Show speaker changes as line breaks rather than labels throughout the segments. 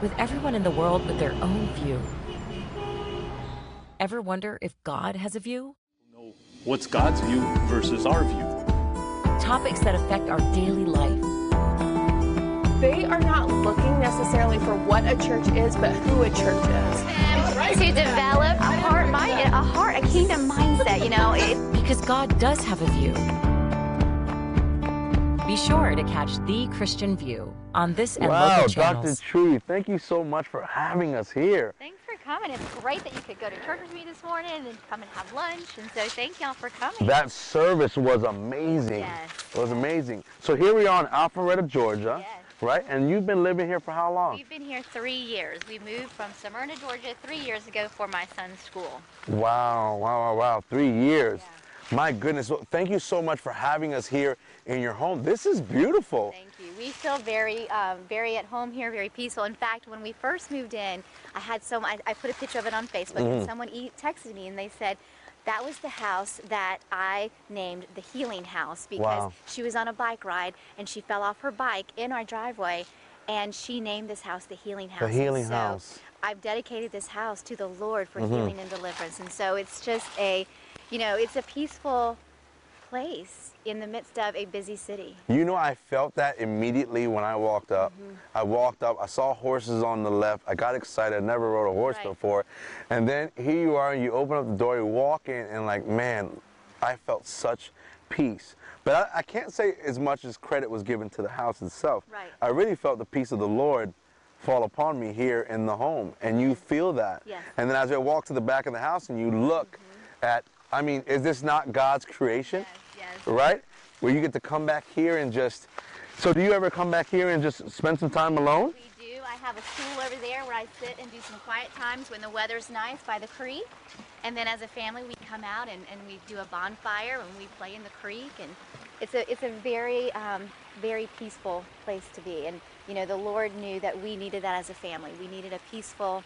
with everyone in the world with their own view. Ever wonder if God has a view?
know what's God's view versus our view.
Topics that affect our daily life.
They are not looking necessarily for what a church is, but who a church is.
to develop a heart mind, a heart, a kingdom mindset. You know, it,
Because God does have a view. Be sure to catch The Christian View on this and
Wow,
local
Dr.
channels.
Tree, thank you so much for having us here.
Thanks for coming. It's great that you could go to church with me this morning and then come and have lunch. And so thank y'all for coming.
That service was amazing.
Yes.
It was amazing. So here we are in Alpharetta, Georgia,
Yes.
right? And you've been living here for how long?
We've been here three years. We moved from Smyrna, Georgia three years ago for my son's school.
Wow, wow, wow, wow. Three years.
Yeah.
My goodness. Well, thank you so much for having us here in your home. This is beautiful.
Thank you. We feel very, um, very at home here, very peaceful. In fact, when we first moved in, I had so I, I put a picture of it on Facebook,
Mm-hmm.
and someone e- texted me, and they said. That was the house that I named the Healing House because
Wow.
she was on a bike ride and she fell off her bike in our driveway, and she named this house the Healing House. And
Healing
so
House. Mm-hmm.
I've dedicated this house to the Lord for healing and deliverance, and so it's just a, you know, it's a peaceful place in the midst of a busy city.
You know, I felt that immediately when I walked up.
Mm-hmm.
I walked up, I saw horses on the left. I got excited. I never rode a horse
Right.
before. And then here you are, and you open up the door, you walk in, and like, man, I felt such peace. But I, I can't say as much as credit was given to the house itself.
Right.
I really felt the peace of the Lord fall upon me here in the home, and you feel that.
Yes. Mm-hmm.
And then as I walk to the back of the house and you look at, I mean, is this not God's creation?
Yes, yes.
right? Where you get to come back here and just. So, do you ever come back here and just spend some time alone?
We do. I have a stool over there where I sit and do some quiet times when the weather's nice by the creek. And then as a family, we come out and, and we do a bonfire and we play in the creek. And it's a, it's a very, um, very peaceful place to be. And, you know, the Lord knew that we needed that as a family. We needed a peaceful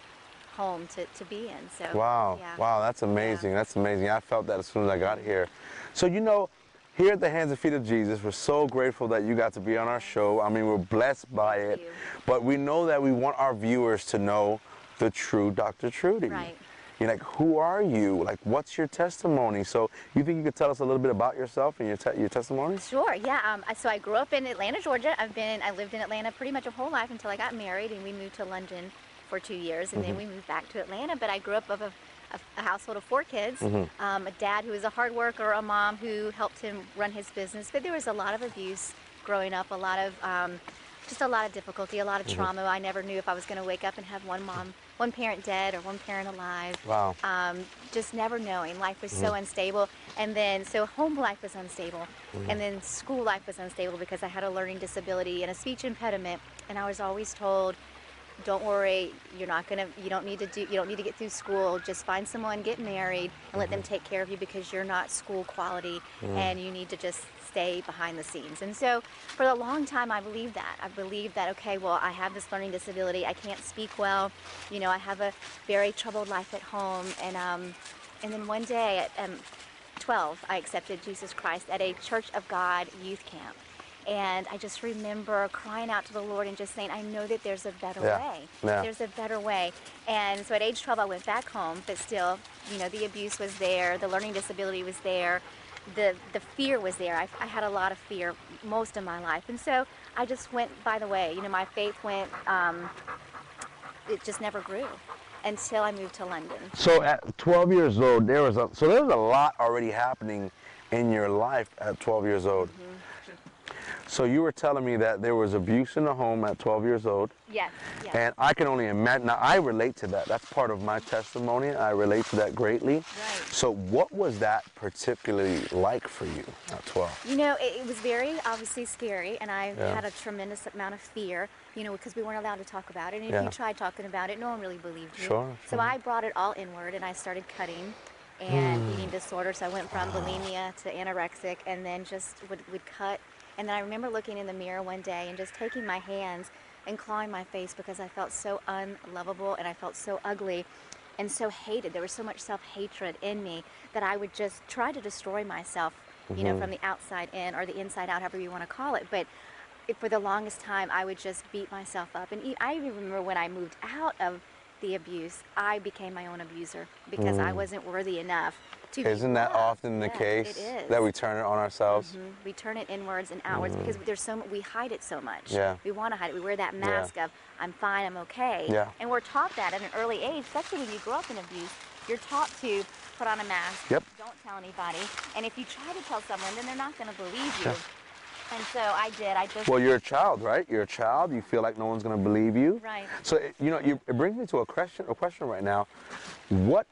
home to, to be in. So,
Wow,
yeah.
wow, that's amazing. That's amazing. I felt that as soon as I got here. So, you know, here at the Hands and Feet of Jesus, we're so grateful that you got to be on our show. I mean, we're blessed by it,
you.
but we know that we want our viewers to know the true Dr. Trudy.
Right.
You're like, who are you? Like, what's your testimony? So, you think you could tell us a little bit about yourself and your, te- your testimony?
Sure, yeah. Um, I- so I grew up in Atlanta, Georgia. I've been, I lived in Atlanta pretty much a whole life until I got married and we moved to London for two years and then we moved back to Atlanta. But I grew up of a, a, a household of four kids, um, a dad who was a hard worker, a mom who helped him run his business. But there was a lot of abuse growing up, a lot of, um, just a lot of difficulty, a lot of trauma. I never knew if I was going to wake up and have one mom, one parent dead or one parent alive
Wow.
um, just never knowing. Life was so unstable. And then, so home life was unstable. And then school life was unstable because I had a learning disability and a speech impediment. And I was always told, don't worry, you're not gonna, you don't need to do, you don't need to get through school. Just find someone, get married, and let them take care of you because you're not school quality and you need to just stay behind the scenes. And so for a long time, I believed that. I believed that, okay, well, I have this learning disability. I can't speak well. You know, I have a very troubled life at home. And, um, and then one day at um, 12, I accepted Jesus Christ at a Church of God youth camp. And I just remember crying out to the Lord and just saying, I know that there's a better
Yeah.
way.
Yeah.
There's a better way. And so at age 12, I went back home, but still, you know, the abuse was there, the learning disability was there, the, the fear was there. I, I had a lot of fear most of my life. And so I just went by the way. You know, my faith went, um, it just never grew until I moved to London.
So at 12 years old, there was a so there was a lot already happening in your life at 12 years old.
Mm-hmm.
So you were telling me that there was abuse in the home at 12 years old,
Yes, yes.
and I can only imagine. Now I relate to that. That's part of my testimony. I relate to that greatly. So what was that particularly like for you at 12?
You know, it, it was very obviously scary, and I
Yeah.
had a tremendous amount of fear, you know, because we weren't allowed to talk about it. And if
Yeah.
you tried talking about it, no one really believed you.
Sure,
So
sure.
I brought it all inward, and I started cutting and
Hmm.
eating disorder. So I went
Ah.
from bulimia to anorexic, and then just would, would cut. And then I remember looking in the mirror one day and just taking my hands and clawing my face because I felt so unlovable and I felt so ugly and so hated. There was so much self hatred in me that I would just
Mm-hmm.
try to destroy myself, you know, from the outside in or the inside out, however you want to call it. But it- for the longest time, I would just beat myself up. And e- I even remember when I moved out of the abuse, I became my own abuser because I wasn't worthy enough to. be
Hmm. Isn't that
loved.
often the
Yes,
case
It is. Mm-hmm.
that we turn it on ourselves?
we turn it inwards and outwards because there's so mu- we hide it so much.
Mm-hmm. Yeah.
We want to hide it. We wear that mask of I'm fine, I'm okay.
Yeah.
And we're taught that at an early age, especially when you grow up in abuse, you're taught to put on a mask.
Yep.
Don't tell anybody. And if you try to tell someone, then they're not going to believe you. And so I did. I just
Well, you're a child, right? You're a child. You feel like no one's going to believe you.
Right.
So it- you know, you, it brings me to a question. A question right now: What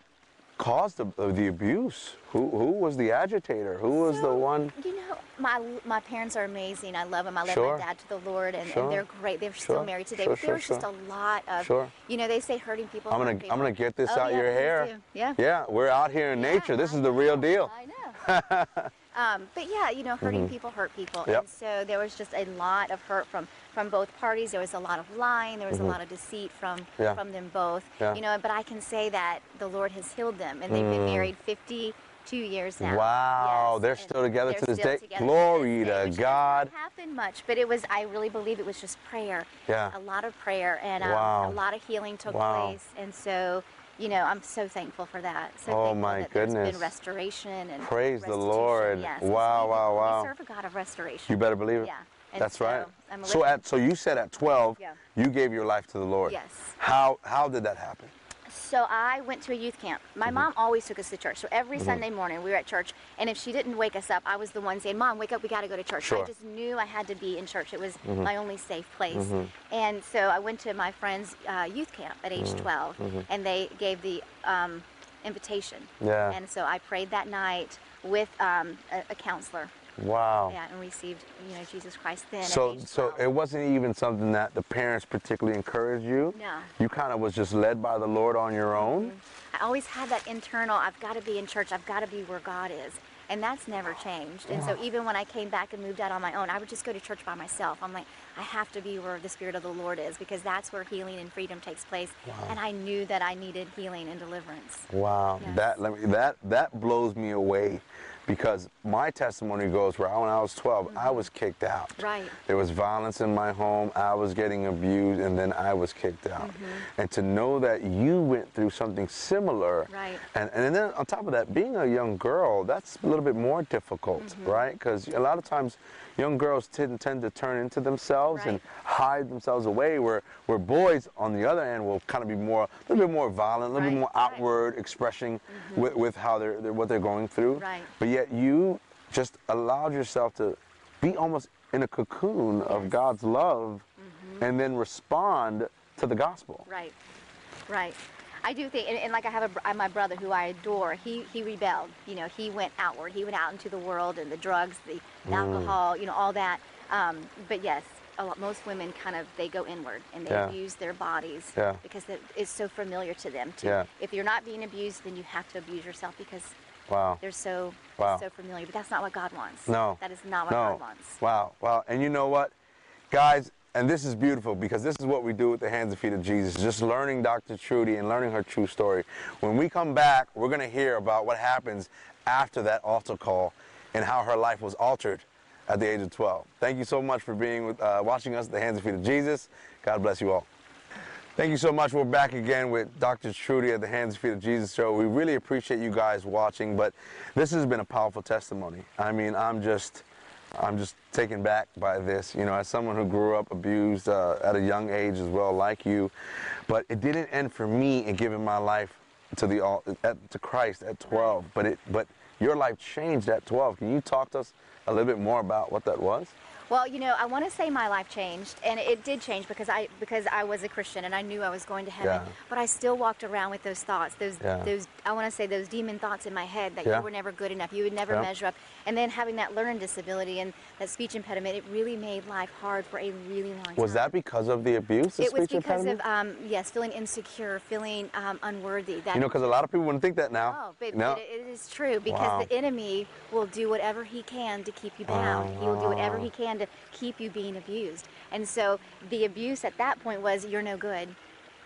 caused the, uh, the abuse? Who who was the agitator? Who was the
So,
one?
You know, my my parents are amazing. I love them. I love
Sure.
my dad to the Lord, and,
Sure.
and they're great. They're
Sure.
still married today.
Sure,
but there
sure,
was just
sure.
a lot of,
Sure.
you know, they say hurting people.
I'm
hurt
gonna
people.
I'm gonna get this
Oh,
out
yeah,
your
please
hair.
do. Yeah.
Yeah, we're out here in
Yeah,
nature. This
I
is the real
know,
deal. Mm-hmm.
I know. um, but yeah, you know, hurting people hurt people,
Yep.
and so there was just a lot of hurt from from both parties. There was a lot of lying. There was a lot of deceit from
Mm-hmm. Yeah.
from them both.
Yeah. Mm.
You know, but I can say that the Lord has healed them, and they've been married 52 years now.
Wow,
Yes,
they're
and
still together
they're
to this
still
day.
together to
Glory
this
to
day, which
God.
Doesn't happen much, but it was. I really believe it was just prayer.
Yeah.
A lot of prayer and um,
Wow.
a lot of healing took
Wow.
place, and so. You know, I'm so thankful for that. So
Oh,
thankful
my
that there's been
goodness.
restoration and
Praise the
restitution,
Lord.
yes.
Wow,
we,
wow,
we
wow.
serve a God of restoration.
You better believe it.
Yeah, and
That's
so
right.
I'm a
so
living-
at so you said at 12,
Yeah.
you gave your life to the Lord.
Yes.
How how did that happen?
So I went to a youth camp. My
Mm-hmm.
mom always took us to church. So every Sunday morning we were at church, and if she didn't wake us up, I was the one saying, "Mom, wake up! We got to go to church."
Sure. Mm-hmm.
I just knew I had to be in church. It was my only safe place. And so I went to my friend's uh, youth camp at
Mm-hmm.
age 12, and they gave the um, invitation.
Yeah.
And so I prayed that night with um, a, a counselor.
Wow.
Yeah, and received you know Jesus Christ then. at
So
age
so
12.
it wasn't even something that the parents particularly encouraged you.
No. Mm-hmm.
You kind of was just led by the Lord on your own.
I always had that internal, I've got to be in church, I've got to be where God is. And that's never changed. And so even when I came back and moved out on my own, I would just go to church by myself. I'm like, I have to be where the Spirit of the Lord is because that's where healing and freedom takes place. And I knew that I needed healing and deliverance.
Wow,
Yes.
that let me, that that blows me away because my testimony goes where I, when I was 12, I was kicked out.
Mm-hmm. Right.
There was violence in my home. I was getting abused, and then I was kicked out.
Mm-hmm.
And to know that you went through something similar,
Right.
And and then on top of that, being a young girl, that's a little bit more difficult,
Mm-hmm.
right? Because a lot of times, young girls tend tend to turn into themselves and
Right.
hide themselves away. Where where boys, on the other hand, will kind of be more a little bit more violent, a little bit
Right,
more
right.
outward word expressing with, with how they're, they're what they're going through.
Mm-hmm. Right.
But yet you just allowed yourself to be almost in a cocoon of God's love and then respond to the gospel.
Mm-hmm. Right, right. I do think, and, and like I have a, br- I have my brother who I adore. He he rebelled. You know, he went outward. He went out into the world and the drugs, the
Mm.
alcohol, you know, all that. Um, but yes, a lot, most women kind of they go inward and they
Yeah.
abuse their bodies
Yeah.
because it- it's so familiar to them. Too.
Yeah.
If you're not being abused, then you have to abuse yourself because
Wow.
they're so
Wow.
so familiar. But that's not what God wants.
No.
That is not what
no.
God wants.
Wow, wow. And you know what? Guys, and this is beautiful because this is what we do with the hands and feet of Jesus, just learning Dr. Trudy and learning her true story. When we come back, we're going to hear about what happens after that altar call and how her life was altered at the age of 12. Thank you so much for being with, uh, watching us at the hands and feet of Jesus. God bless you all. Thank you so much. We're back again with Dr. Trudy at the Hands and Feet of Jesus show. We really appreciate you guys watching, but this has been a powerful testimony. I mean, I'm just, I'm just taken back by this. You know, as someone who grew up abused uh, at a young age as well, like you, but it didn't end for me in giving my life to the all at, to Christ at 12. But it, but your life changed at 12. Can you talk to us a little bit more about what that was?
Well, you know, I want to say my life changed, and it did change because I because I was a Christian and I knew I was going to heaven.
Yeah.
But I still walked around with those thoughts, those
Yeah.
those I want to say those demon thoughts in my head that
Yeah.
you were never good enough, you would never
Yeah.
measure up. And then having that learning disability and that speech impediment, it really made life hard for a really long time.
Was that because of the abuse? the
It was
speech
because
impediment?
of um, yes, feeling insecure, feeling um, unworthy. That
You know, because a lot of people wouldn't think that now.
Oh, but,
no.
but it is true because
Wow.
the enemy will do whatever he can to keep you bound. He will do whatever he can to keep you being abused. And so the abuse at that point was you're no good.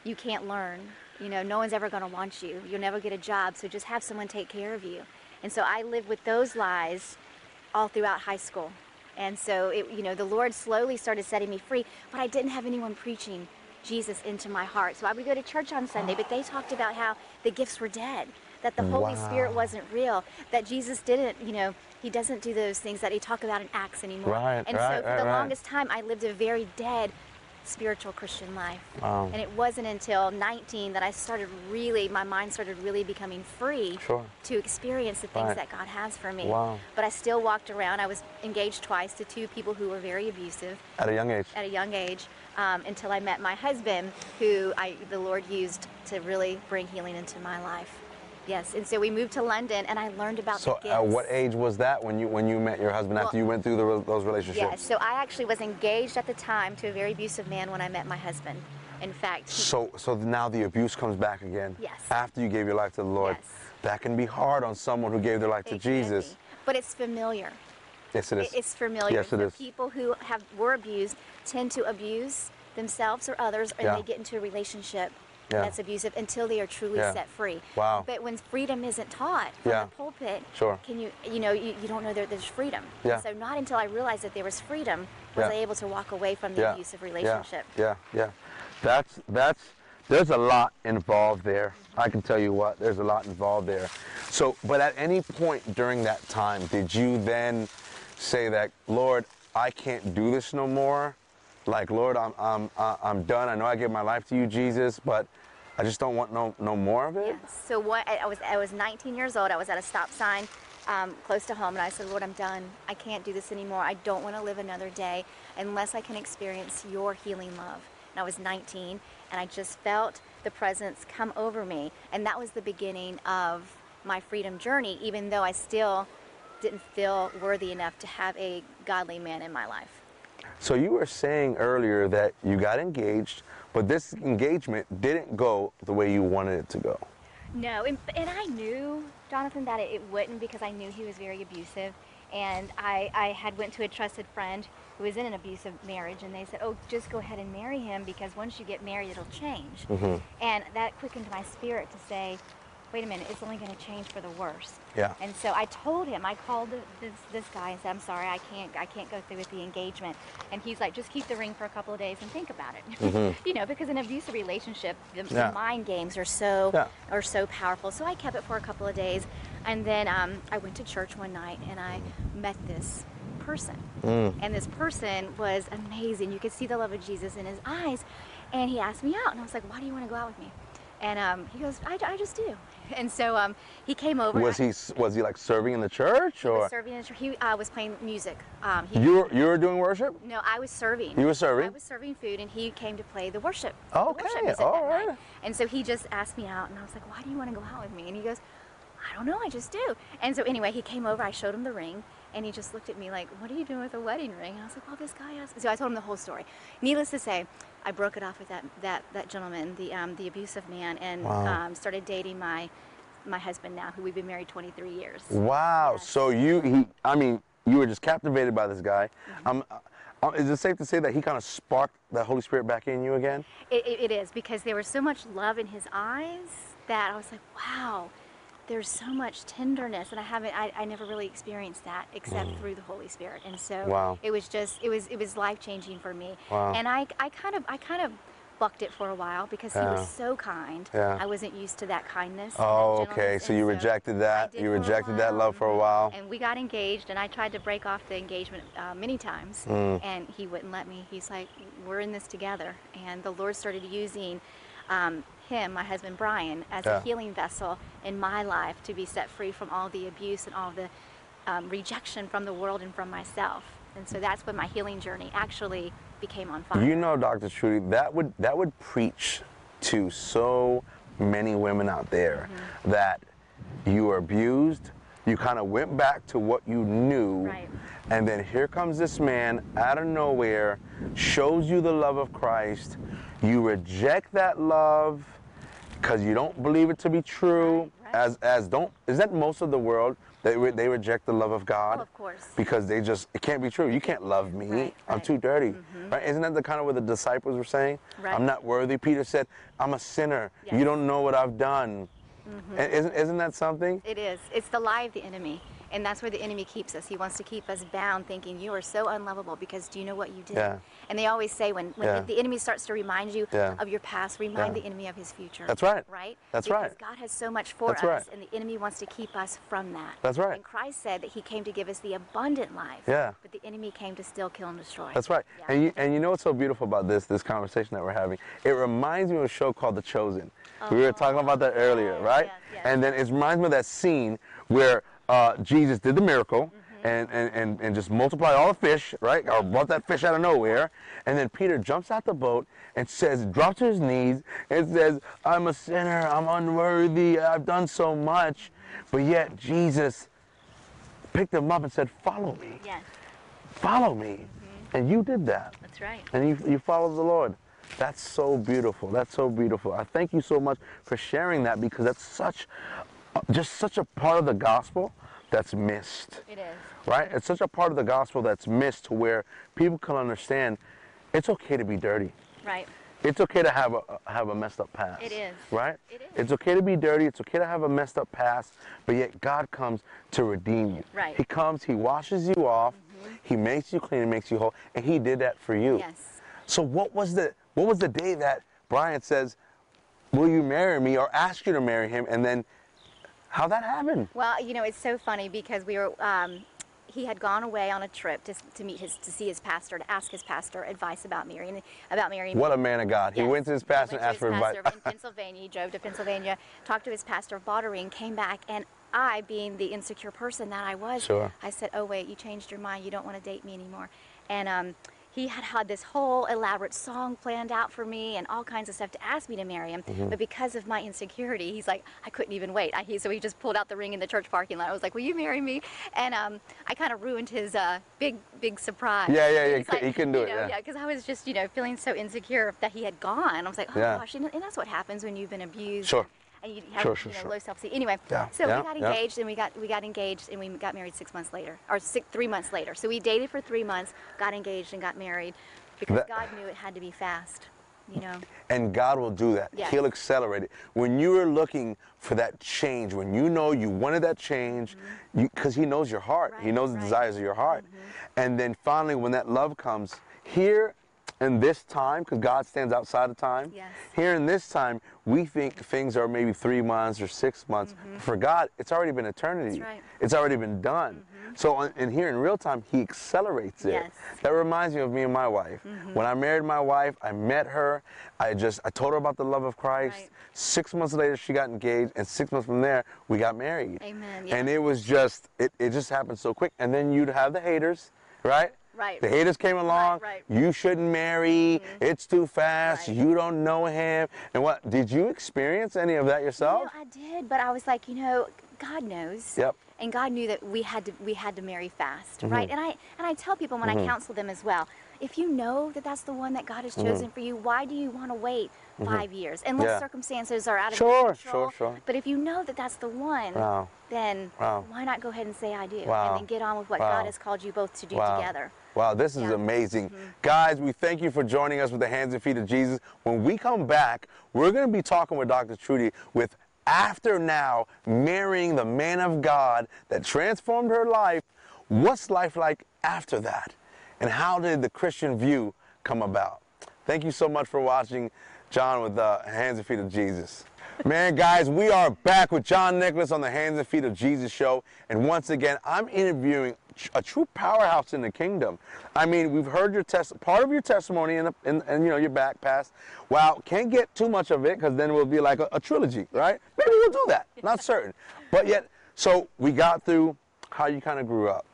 You can't learn. You know, no one's ever going to want you. You'll never get a job. So just have someone take care of you. And so I lived with those lies all throughout high school. And so, it, you know, the Lord slowly started setting me free, but I didn't have anyone preaching Jesus into my heart. So I would go to church on Sunday, but they talked about how the gifts were dead, that the Holy Spirit
Wow.
wasn't real, that Jesus didn't, you know, he doesn't do those things that he talked about in Acts anymore.
Right,
and
right,
so for
right,
the
right.
longest time, I lived a very dead spiritual Christian life.
Wow.
And it wasn't until 19 that I started really, my mind started really becoming free
Sure.
to experience the things
Right.
that God has for me.
Wow.
But I still walked around. I was engaged twice to two people who were very abusive
At a young age.
at a young age um, until I met my husband, who I, the Lord used to really bring healing into my life. Yes, and so we moved to London, and I learned about
So,
the gifts.
at what age was that when you when you met your husband after
Well-
you went through the, re- those relationships?
Yes, so I actually was engaged at the time to a very abusive man when I met my husband. In fact, he-
So, so now the abuse comes back again.
Yes.
After you gave your life to the Lord,
Yes.
that can be hard on someone who gave their life to
it can
Jesus.
be. But it's familiar.
Yes, it is.
It- It's familiar.
Yes, it
So
is.
People who have were abused tend to abuse themselves or others, and
Yeah.
they get into a relationship
Yeah.
that's abusive until they are truly
Yeah.
set free.
Wow.
But when freedom isn't taught from
Yeah.
the pulpit,
Sure.
can you you know you, you don't know that there's freedom.
Yeah.
So not until I realized that there was freedom was
Yeah.
I able to walk away from the abusive relationship.
Yeah, yeah, yeah. That's that's there's a lot involved there. I can tell you what, there's a lot involved there. So, but at any point during that time, did you then say that, Lord, I can't do this no more? Like, Lord, I'm I'm I- I'm done. I know I gave my life to you, Jesus, but I just don't want no no more of it.
Yes. So what I I was I was 19 years old. I was at a stop sign um, close to home, and I said, Lord, I'm done. I can't do this anymore. I don't want to live another day unless I can experience Your healing love. And I was 19, and I just felt the presence come over me, and that was the beginning of my freedom journey. Even though I still didn't feel worthy enough to have a godly man in my life.
So you were saying earlier that you got engaged, but this engagement didn't go the way you wanted it to go.
No, and, and I knew Jonathan that it, it wouldn't because I knew he was very abusive, and I, I had went to a trusted friend who was in an abusive marriage, and they said, "Oh, just go ahead and marry him because once you get married, it'll change."
Mm-hmm.
And that quickened my spirit to say, "Wait a minute, it's only going to change for the worse."
Yeah.
And so I told him, I called th- this, this guy and said, "I'm sorry, I can't, I can't go through with the engagement." And he's like, "Just keep the ring for a couple of days and think about it." you know, because in an abusive relationship, the,
Mm-hmm. Yeah.
the mind games are so
Yeah.
are so powerful. So I kept it for a couple of days, and then um, I went to church one night and I
Mm.
met this person, and this person was amazing. You could see the love of Jesus in his eyes, and he asked me out, and I was like, "Why do you want to go out with me?" And um, he goes, I, "I just do." And so um, he came over.
Was he was he like serving in the church
I
or
was serving in church. He uh, was playing music. Um, he,
you were you were doing worship?
no, I was serving.
You were serving?
I was serving food, and he came to play the worship.
Okay,
the worship music that
all
night.
right.
And so he just asked me out, and I was like, "Why do you want to go out with me?" And he goes, "I don't know, I just do." And so anyway, he came over. I showed him the ring, and he just looked at me like, "What are you doing with a wedding ring?" And I was like, "Well, this guy asked." So I told him the whole story. Needless to say, I broke it off with that that that gentleman, the um, the abusive man, and
Wow.
um, started dating my my husband now, who we've been married 23 years.
Wow.
Yes.
So you he I mean you were just captivated by this guy.
Mm-hmm.
Um, uh, is it safe to say that he kind of sparked the Holy Spirit back in you again?
It, it, it is because there was so much love in his eyes that I was like, wow, there's so much tenderness, and I haven't, I, I never really experienced that except through the Holy Spirit, and so
Mm. Wow.
it was just, it was, it was life changing for me,
Wow.
and I, I kind of, I kind of bucked it for a while because he
Yeah.
was so kind.
Yeah.
I wasn't used to that kindness. and that
Oh,
gentleness,
okay. So
and
you rejected
I
that.
did
You
for a
rejected that
while,
love for a while.
and we got engaged, and I tried to break off the engagement uh, many times,
Mm.
and he wouldn't let me. He's like, "We're in this together." And the Lord started using um, him, my husband Brian, as
Yeah.
a healing vessel in my life to be set free from all the abuse and all the um, rejection from the world and from myself. And so that's when my healing journey actually became on fire.
You know, Dr. Trudy, that would that would preach to so many women out there
Mm-hmm.
that you were abused, you kind of went back to what you knew,
Right.
and then here comes this man out of nowhere, shows you the love of Christ, you reject that love because you don't believe it to be true.
Right, right.
As as don't is that most of the world they re, they reject the love of God
Oh, of course.
because they just it can't be true. You can't love me.
Right,
I'm
right.
too dirty. Right? Isn't that the kind of what the disciples were saying?
Mm-hmm. Right.
I'm not worthy. Peter said, I'm a sinner. You
Yes. Mm-hmm.
don't know what I've done. And Isn't, isn't that something?
It is. It's the lie of the enemy. And that's where the enemy keeps us. He wants to keep us bound, thinking you are so unlovable because do you know what you did?
Yeah.
And they always say when, when
Yeah.
the enemy starts to remind you
Yeah.
of your past, remind
Yeah.
the enemy of his future.
That's right.
Right?
That's
because
right.
God has so much for
That's
us,
right.
and the enemy wants to keep us from that.
That's right.
And Christ said that he came to give us the abundant life.
Yeah.
But the enemy came to steal, kill, and destroy.
That's right.
Yeah.
And you and you know what's so beautiful about this this conversation that we're having? It reminds me of a show called The Chosen. we were talking about that earlier,
yes,
right?
Oh, yes, yes.
And then it reminds me of that scene where uh, Jesus did the miracle.
Mm-hmm.
And, and, and, and just multiply all the fish, right? Or brought that fish out of nowhere. And then Peter jumps out the boat and says, drops to his knees and says, I'm a sinner. I'm unworthy. I've done so much. But yet Jesus picked him up and said, Follow me.
Yes,
Follow me. And you did that
Mm-hmm. that's right.
and you, you follow the Lord. That's so beautiful. That's so beautiful. I thank you so much for sharing that because that's such, uh, just such a part of the gospel that's missed,
It is.
right? It's such a part of the gospel that's missed to where people can understand it's okay to be dirty.
Right.
It's okay to have a have a messed up past.
It is.
Right?
It is.
It's okay to be dirty. It's okay to have a messed up past, but yet God comes to redeem you.
Right. Mm-hmm.
He comes, he washes you off, he makes you clean, he makes you whole, and he did that for you.
Yes.
So what was the what was the day that Brian says, "Will you marry me?" or ask you to marry him and then how that happened?
Well, you know, it's so funny because we were. Um, he had gone away on a trip to, to meet his to see his pastor to ask his pastor advice about marrying about marrying.
What a man of God. He
Yes.
went to his
He
pastor
went
and
to
asked
his
for advice.
pastor in Pennsylvania. He drove to Pennsylvania, talked to his pastor, bought a ring, came back, and I, being the insecure person that I was,
Sure.
I said, "Oh wait, you changed your mind. You don't want to date me anymore." And um, he had had this whole elaborate song planned out for me and all kinds of stuff to ask me to marry him.
Mm-hmm.
But because of my insecurity, he's like, I couldn't even wait. I, he, so he just pulled out the ring in the church parking lot. I was like, "Will you marry me?" And um, I kind of ruined his uh, big, big surprise.
Yeah, yeah, yeah,
He's
he cou- he couldn't do
you
it,
know,
yeah.
yeah, because I was just, you know, feeling so insecure that he had gone. I was like, oh
Yeah.
gosh, and, and that's what happens when you've been abused.
Sure.
And you have
Sure, sure,
you know,
sure.
low self-esteem. Anyway,
Yeah,
so
yeah,
we got
yeah.
engaged, and we got we got engaged, and we got married six months later, or six, three months later. So we dated for three months, got engaged, and got married, because
That-
God knew it had to be fast. You know,
And God will do that.
Yes.
He'll accelerate it. When you are looking for that change, when you know you wanted that change, because He knows your heart,
Mm-hmm.
He
Right,
knows the
right. Mm-hmm.
desires of your heart. And then finally, when that love comes here in this time, because God stands outside of time,
Yes.
here in this time, we think things are maybe three months or six months. For God, it's already been eternity,
Mm-hmm. right. Mm-hmm.
it's already been done. So, on, and here in real time, He accelerates it.
Yes.
That reminds me of me and my wife.
Mm-hmm.
When I married my wife, I met her. I just I told her about the love of Christ.
Right.
Six months later, she got engaged, and six months from there, we got married.
Amen, yeah.
And it was just it, it just happened so quick. And then you'd have the haters, right?
Right.
The haters came along.
right. Mm-hmm.
You shouldn't marry. It's too fast.
Right.
You don't know him. And what did you experience any of that
No,
yourself?
I did, but I was like, you know, God knows.
Oh. Yep. Mm-hmm.
And God knew that we had to we had to marry fast, right? And I and I tell people when I counsel them as well, if you know that that's the one that God has chosen for you, why do you want to wait five years? Unless
Mm-hmm. Yeah.
circumstances are out of
Sure,
your control.
sure, sure.
But if you know that that's the one,
Wow.
then
Wow.
why not go ahead and say I do,
Wow.
and then get on with what
Wow.
God has called you both to do together.
Wow, this is
Yeah. Mm-hmm.
amazing. Guys, we thank you for joining us with the hands and feet of Jesus. When we come back, we're going to be talking with Dr. Trudy with After Now, marrying the man of God that transformed her life. What's life like after that? And how did the Christian view come about? Thank you so much for watching John with the Hands and Feet of Jesus. Man, guys, we are back with John Nicholas on the Hands and Feet of Jesus show. And once again, I'm interviewing tr- a true powerhouse in the kingdom. I mean, we've heard your test, part of your testimony, and in, in, you know your back pass. Wow, can't get too much of it because then we'll be like a, a trilogy, right? Maybe we'll do that. Not certain, but yet, so we got through how you kind of grew up,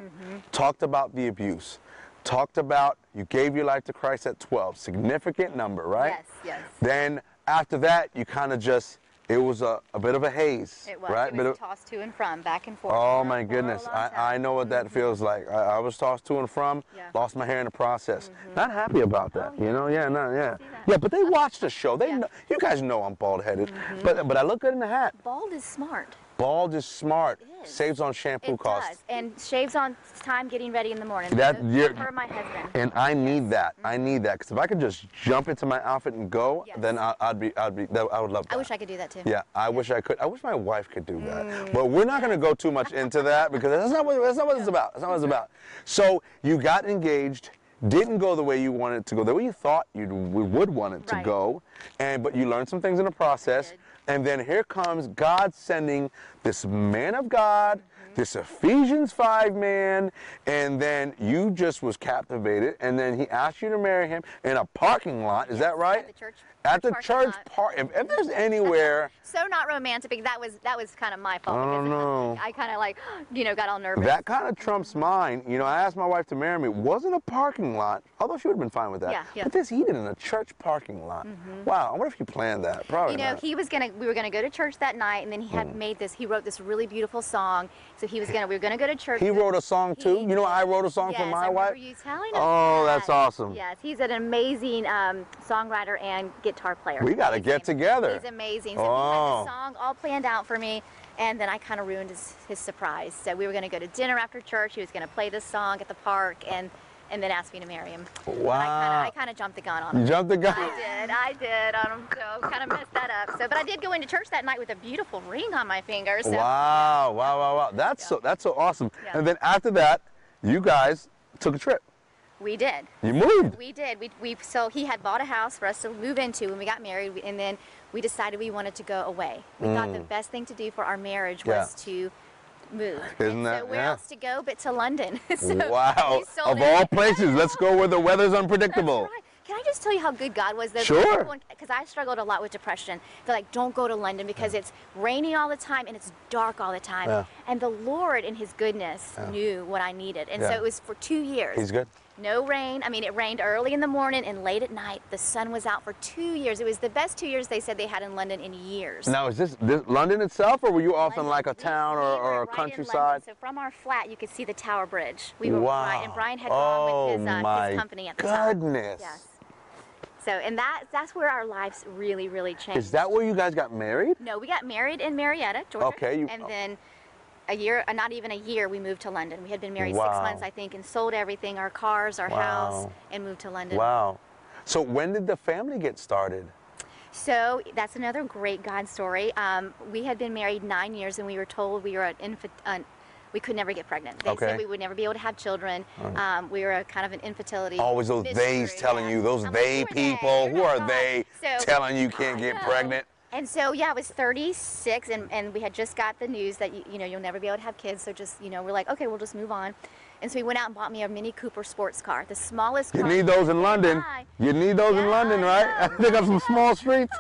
talked about the abuse, talked about you gave your life to Christ at 12, significant number, right?
Yes, yes.
Then after that, you kind of just it was a, a bit of a haze,
It was,
right?
it
Bit
was
of-
tossed to and from, back and forth.
Oh
for-
my
for a
goodness,
long
I, I
time. Mm-hmm.
know what that feels like. I, I was tossed to and from,
Yeah. Mm-hmm. Oh,
lost my hair in the process. Not happy about that, you know? Yeah, no, yeah,
see that. Uh,
yeah. But they watch the show. They
Yeah. Mm-hmm.
know, you guys know I'm bald headed, but but I look good in the hat.
Bald is smart.
Bald is smart.
It is.
Saves on shampoo
it
costs.
does. And shaves on time getting ready in the morning.
That-
Those
you're-
are my husband.
And I need that. I need that because if I could just jump into my outfit and go,
Mm-hmm. Yes.
then I, I'd be, I'd be, that, I would love that.
I wish I could do that too.
Yeah, I wish I could. I wish my wife could do that.
Mm.
But we're not going to go too much into that because that's not what that's not what it's about. That's not what it's about. So you got engaged, didn't go the way you wanted it to go, the way you thought you would want it to
Right.
go, and but you learned some things in the process.
did.
And then here comes God sending this man of God,
Mm-hmm.
this Ephesians 5 man, and then you just was captivated, and then he asked you to marry him in a parking lot. Is that
at
right?
the church-
At the
parking
church
lot.
park. If, if there's anywhere.
So not romantic. because That was that was kind of my fault.
I don't
because
know.
I kind of like, you know, got all nervous.
That kind of trumps mine. You know, I asked my wife to marry me. It wasn't a parking lot, although she would have been fine with that.
Yeah, yeah.
But this, he did it in a church parking lot. Wow, I wonder if he planned that. Probably
you know,
not.
he was gonna. We were gonna go to church that night, and then he
Mm.
had made this. He wrote this really beautiful song. So he was gonna. We were gonna go to church.
He wrote a song too.
He
You know, I wrote a song
yes,
for my
I
wife.
remember you telling us
Oh, that's
that.
awesome.
Yes, he's an amazing um, songwriter and guitar player.
We gotta
He's am-
get together.
He's amazing. So
Oh.
he had the song all planned out for me, and then I kind of ruined his, his surprise. So we were gonna go to dinner after church. He was gonna play this song at the park, and and then ask me to marry him. But I
Wow.
kind of I kind of jumped the gun on
You
him.
jumped the gun.
I did, I did on him. So kind of messed that up. So, but I did go into church that night with a beautiful ring on my finger. So
Wow, wow, wow, wow. That's so that's so awesome.
Yeah.
And then after that, you guys took a trip.
we did.
You moved.
We did. We, we so he had bought a house for us to move into when we got married, and then we decided we wanted to go away. We thought the best thing to do for our marriage
Mm. Yeah.
was to move.
Isn't
and
that-
so where
yeah.
else to go but to London? so
wow.
we sold
Of
it.
all places, let's go where the weather's unpredictable.
That's right. Can I just tell you how good God was though?
Sure.
Because I struggled a lot with depression. They're like, don't go to London because it's rainy all the time and it's dark all the time.
Yeah.
And the Lord, in His goodness, knew what I needed. And so
Yeah.
it was for two years.
He's good.
No rain. I mean, it rained early in the morning and late at night. The sun was out for two years. It was the best two years they said they had in London in years.
Now, is this, this London itself, or were you off in like a
We-
town
we
or,
were
or a
right in London,
countryside?
so from our flat, you could see the Tower Bridge. We were right, and Brian had
oh,
gone with his, uh,
my
his company at the time.
goodness.
Yes. So, and that that's where our lives really, really changed.
Is that where you guys got married?
No, we got married in Marietta, Georgia.
Okay, you-
and then a year, uh, not even a year, we moved to London. We had been married six
Wow.
months, I think, and sold everything our cars, our house,
Wow.
and moved to London.
Wow. So when did the family get started?
So that's another great God story. Um, we had been married nine years, and we were told we were an infant. An, we could never get pregnant. They
Okay.
said we would never be able to have children. Um, we were a kind of an infertility.
Always those theys
mystery,
telling
yeah.
you, those
I'm like,
they
who are
people,
You're
who
not
are
God.
they
So-
telling you can't get pregnant?
And so yeah, I was 36, and, and we had just got the news that you, you know you'll never be able to have kids. So just you know we're like okay, we'll just move on. And so we went out and bought me a Mini Cooper sports car, the smallest.
You
car
need those in London.
Hi.
You need those in
Yeah,
London,
I
right?
know,
they got some small streets.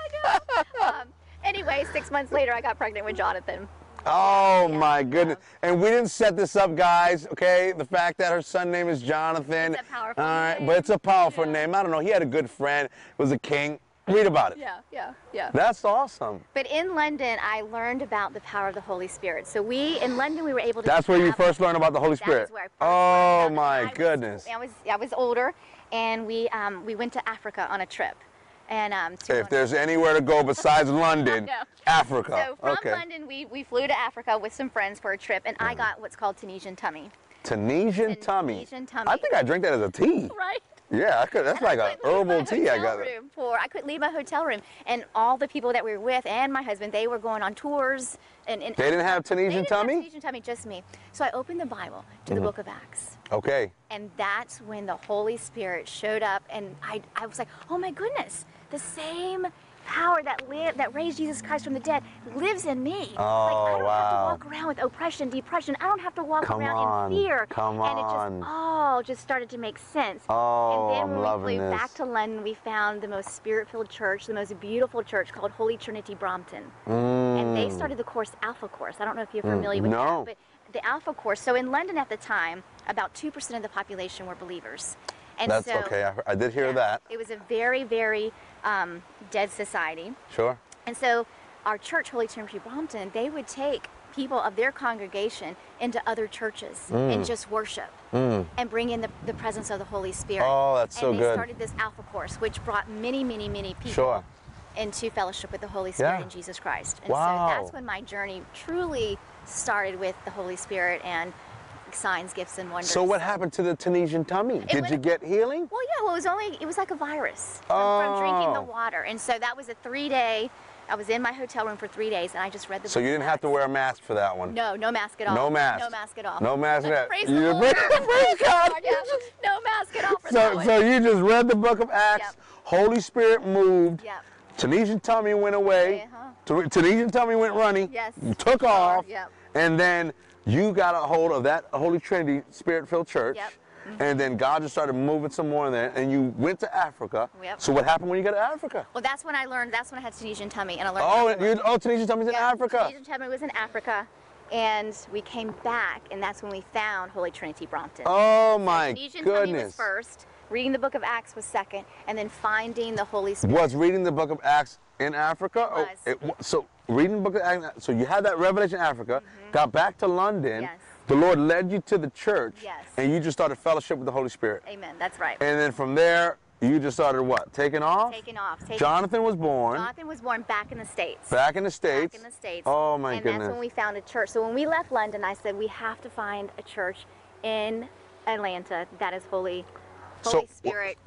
Anyway, six months later, I got pregnant with Jonathan.
Oh my goodness. And we didn't set this up, guys, okay? The fact that her son name is Jonathan.
It's a powerful
All right,
name.
but it's a powerful name. I don't know. He had a good friend, was a king. Read about it.
Yeah, yeah, yeah.
That's awesome.
But in London, I learned about the power of the Holy Spirit. So we in London, we were able to.
That's where you
travel.
first learned about the Holy Spirit.
That is where I first
oh
learned about it.
my
I was-
goodness.
I was I was older, and we um, we went to Africa on a trip, and um. To
If there's anywhere to go besides London,
know.
Africa.
so from
okay. Uh-huh.
London, we, we flew to Africa with some friends for a trip, and I got what's called Tunisian tummy.
Tunisian tummy.
Tunisian tummy.
I think I drink that as a tea.
Right.
Yeah, I could. That's like a
couldn't leave
herbal
my
tea. I
hotel
got.
Room for I couldn't leave my hotel room, and all the people that we were with, and my husband, they were going on tours. And, and
They didn't have
They
Tunisian
didn't have
tummy. Mm-hmm.
Tunisian tummy, just me. So I opened the Bible to the Book of Acts,
Okay.
and that's when the Holy Spirit showed up, and I, I was like, oh my goodness, the same power that lived that raised Jesus Christ from the dead lives in me. like I
Oh,
don't
wow.
have to walk around with oppression, depression. I don't have to walk
Come
around
on.
in fear.
Come
And it
on.
just all just started to make sense.
Oh,
and then
I'm
when
loving
we flew
this.
back to London, we found the most spirit-filled church, the most beautiful church called Holy Trinity Brompton. And they started the course Alpha Course. I don't know if you're familiar with
Hmm. no.
that, but the Alpha Course. So in London at the time, about 2% of the population were believers. And
That's
so
okay. I, I did hear
yeah,
that.
It was a very, very um, dead society.
Sure.
And so our church, Holy Trinity Brompton, they would take people of their congregation into other churches
Mm.
and just worship and bring in the, the presence of the Holy Spirit.
Oh, that's so
and they
good.
started this Alpha course, which brought many, many, many people
Sure.
into fellowship with the Holy Spirit
Yeah.
and Jesus Christ. And
Wow.
so that's when my journey truly started with the Holy Spirit and signs, gifts, and wonders.
So what happened to the Tunisian tummy? Did
went-
you get healing?
Well, yeah. Well, it was only it was like a virus from, from drinking the
Oh.
water, and so that was a three-day. I was in my hotel room for three days, and I just read the.
So
book
you didn't
of
have to
Acts.
wear a mask for that one.
No, no mask at all.
No mask.
No mask at all.
No mask at all.
Praise
You-
the Lord.
Praise God.
Yeah, no mask at all for that
So,
one.
so you just read the book of Acts.
Yep.
Holy Spirit moved.
Yep.
Tunisian tummy went away. Tu- Tunisian tummy went runny.
Yes.
Took off.
Yep.
And then you got a hold of that Holy Trinity Spirit-filled church.
Yep. Mm-hmm.
And then God just started moving some more in there, and you went to Africa.
Yep.
So what happened when you got to Africa?
Well, that's when I learned. That's when I had Tunisian tummy, and I learned.
Oh,
how to
you,
work.
oh, Tunisian tummy's in
Yeah,
Africa.
Tunisian tummy was in Africa, and we came back, and that's when we found Holy Trinity Brompton.
Oh my
Tunisian tummy was
goodness.
first. Reading the Book of Acts was second, and then finding the Holy Spirit.
Was reading the book of Acts in Africa? Oh,
was.
wa- so reading the book of Acts, so you had that revelation in Africa, got back to London,
Mm-hmm. Yes.
the Lord led you to the church,
Yes.
and you just started fellowship with the Holy Spirit.
Amen. That's right.
And then from there, you just started what? Taking off?
Taking off. Taking
Jonathan was born
Jonathan was born back in the states.
back in the States.
Back in the states.
Oh my
and
goodness.
that's when we found a church. So when we left London, I said we have to find a church in Atlanta that is holy,
So,
Holy
wh-
Spirit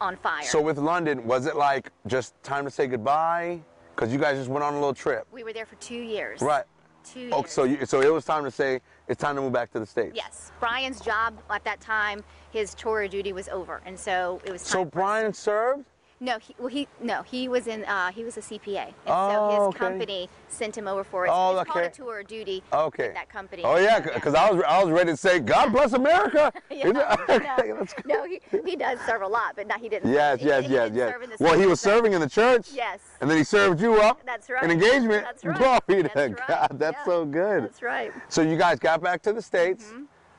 on fire.
so with London, was it like just time to say goodbye? Because you guys just went on a little trip.
we were there for two years.
Right.
Two years.
Oh, so you, so it was time to say it's time to move back to the States.
yes, Brian's job at that time, his tour of duty was over, and so it was. Time
So
for us
Brian served?
No, he, well, he no, he was in uh, he was a CPA, and so his
Oh, okay.
company sent him over for it.
Oh,
it's called a
okay.
tour of duty.
Okay.
With that company.
Oh yeah, because I was I was ready to say, God bless America. Isn't it- Okay, let's go.
no, he, he does serve a lot, but not he didn't.
Yes,
he,
yes,
he
yes,
didn't
yes.
serve in the
Well, he
service,
was
but-
serving in the church.
Yes.
And then he served you up.
That's right.
An engagement.
That's right.
Glory to
That's right.
God. That's
Yeah.
so good.
That's right. Mm-hmm.
So you guys got back to the states,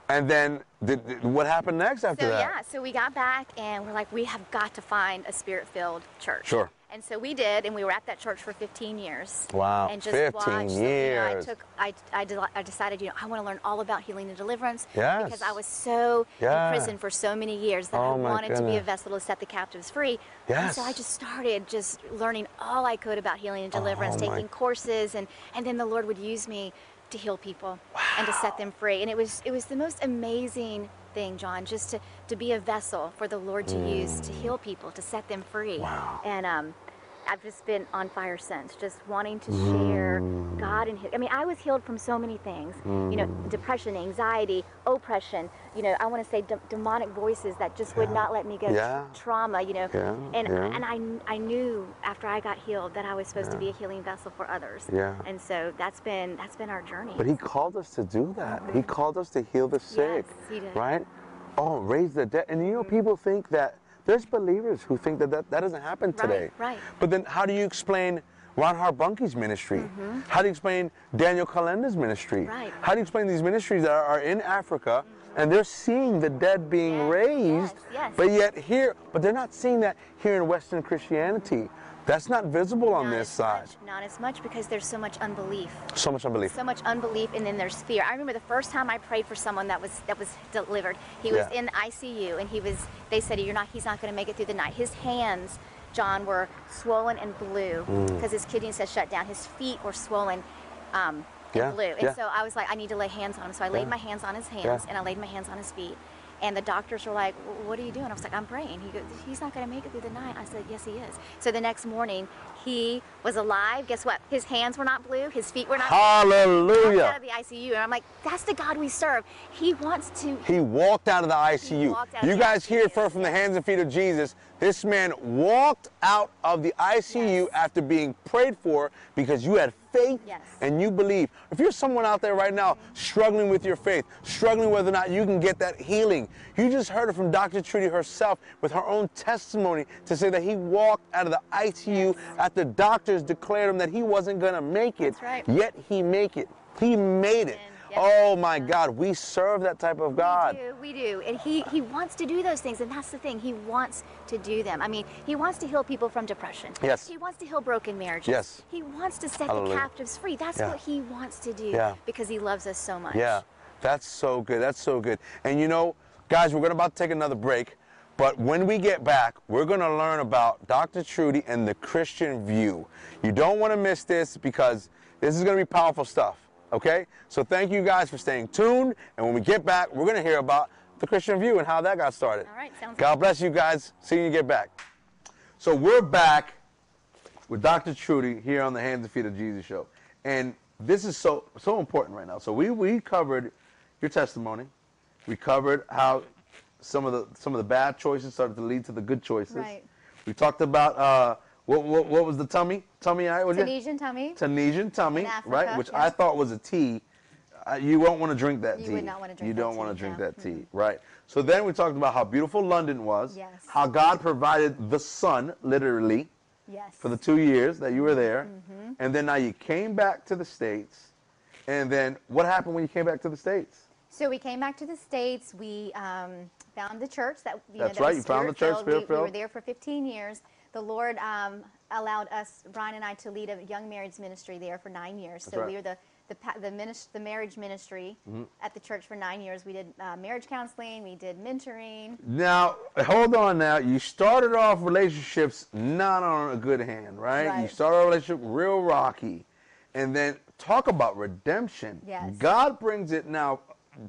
and then did, did- what happened next after
So
that?
yeah, so we got back and we're like, we have got to find a spirit-filled church.
Sure.
And so we did, and we were at that church for 15 years.
Wow,
And just
15
watched. So, you know, I
years.
took, I, I, de- I decided, you know, I want to learn all about healing and deliverance.
Yes.
Because I was so
Yeah.
in prison for so many years that I
Oh, my
wanted to be a
goodness.
vessel to set the captives free. And
Yes. Oh
so I just started just learning all I could about healing and deliverance,
my-
taking courses, and and then the Lord would use me to heal people and to set them free. And it was it was the most amazing thing, John, just to to be a vessel for the Lord to use to heal people, to set them free.
Mm. Wow.
And um. I've just been on fire since, just wanting to share God
Mm.
and His. I mean, I was healed from so many things, you know, depression, anxiety, oppression. You know, I want to say de- demonic voices that just would not let me go. tr-
Yeah.
Trauma, you know,
Yeah,
and
yeah.
and I kn- I knew after I got healed that I was supposed to be a healing vessel for others.
Yeah.
And so that's been that's been our journey.
But he called us to do that. He called us to heal the sick,
he did. Mm-hmm.
right? Oh, raise the dead. And you know, people think that there's believers who think that that, that doesn't happen today.
right.
But then, how do you explain Ron Harbunke's ministry? How do you explain Daniel Kalenda's ministry?
Mm-hmm. Right. Mm-hmm.
How do you explain these ministries that are, are in Africa and they're seeing the dead being
Yes,
raised,
yes, yes.
but yet here, but they're not seeing that here in Western Christianity. That's not visible on
Not as
this side.
much- not as much because there's so much unbelief.
So much unbelief.
so much unbelief and then there's fear. I remember the first time I prayed for someone that was that was delivered. He was
Yeah.
in ICU and he was they said you're not he's not going to make it through the night. His hands John were swollen and blue
Mm.
because his kidneys had shut down. His feet were swollen um and
Yeah,
blue. And
yeah.
so I was like I need to lay hands on him. So I laid
Yeah.
my hands on his hands
Yeah.
and I laid my hands on his feet. And the doctors were like, "Wh- "What are you doing?" I was like, "I'm praying." He goes, "He's not going to make it through the night." I said, "Yes, he is." So the next morning, he was alive. Guess what? His hands were not blue. His feet were not. blue walked out
Hallelujah.
of the ICU, and I'm like, that's the God we serve. He wants to.
He walked out of the ICU.
walked out of
You
the
guys hear
ICU.
first from the hands and feet of Jesus. This man walked out of the ICU
Yes.
after being prayed for because you had faith
Yes.
and you believe. If you're someone out there right now struggling with your faith, struggling whether or not you can get that healing, you just heard it from Dr. Trudy herself with her own testimony to say that he walked out of the ICU after doctors declared him that he wasn't going to make it.
That's right.
Yet he make it. He made it.
Yes.
Oh my God, we serve that type of God.
We do, we do, and he he wants to do those things, and that's the thing. He wants to do them. I mean, he wants to heal people from depression.
Yes.
He wants to heal broken marriages.
Yes.
He wants to set the
Hallelujah.
captives free. That's
Yeah.
what he wants to do.
Yeah.
Because he loves us so much.
Yeah, that's so good. That's so good. And you know, guys, we're gonna about to take another break, But when we get back, we're going to learn about Dr. Trudy and the Christian view. You don't want to miss this because this is going to be powerful stuff, okay? So thank you guys for staying tuned. And when we get back, we're going to hear about the Christian view and how that got started.
All right, sounds
God bless you guys. See you when you get back. So we're back with Dr. Trudy here on the Hands and Feet of Jesus show. And this is so so important right now. So we we covered your testimony. We covered how some of the some of the bad choices started to lead to the good choices.
Right.
We talked about uh what what, what was the tummy? Tummy eye was it?
Tunisian tummy.
Tunisian tummy,
In Africa,
right? Which
yeah.
I thought was a tea. Uh, you won't want to drink that
You
tea.
would not wanna drink
You
that
don't
tea,
want to drink
no.
that tea, right? So then we talked about how beautiful London was.
Yes.
How God provided the sun, literally,
yes.
for the two years that you were there,
Mm-hmm.
and then now you came back to the states, and then what happened when you came back to the states?
So we came back to the states. We um, found the church that you
That's
know, that
right,
was
you found the church,
Spirit-filled. We- We, were
Spirit-filled.
there for 15 years. The Lord um, allowed us, Brian and I, to lead a young marriage ministry there for nine years. so
right. Mm-hmm.
we were the the pa- the, minis- the marriage ministry at the church for nine years. We did uh, marriage counseling. We did mentoring.
Now, hold on. Now you started off relationships not on a good hand, right? You
Right.
started a relationship real rocky, and then talk about redemption.
Yes.
God brings it now,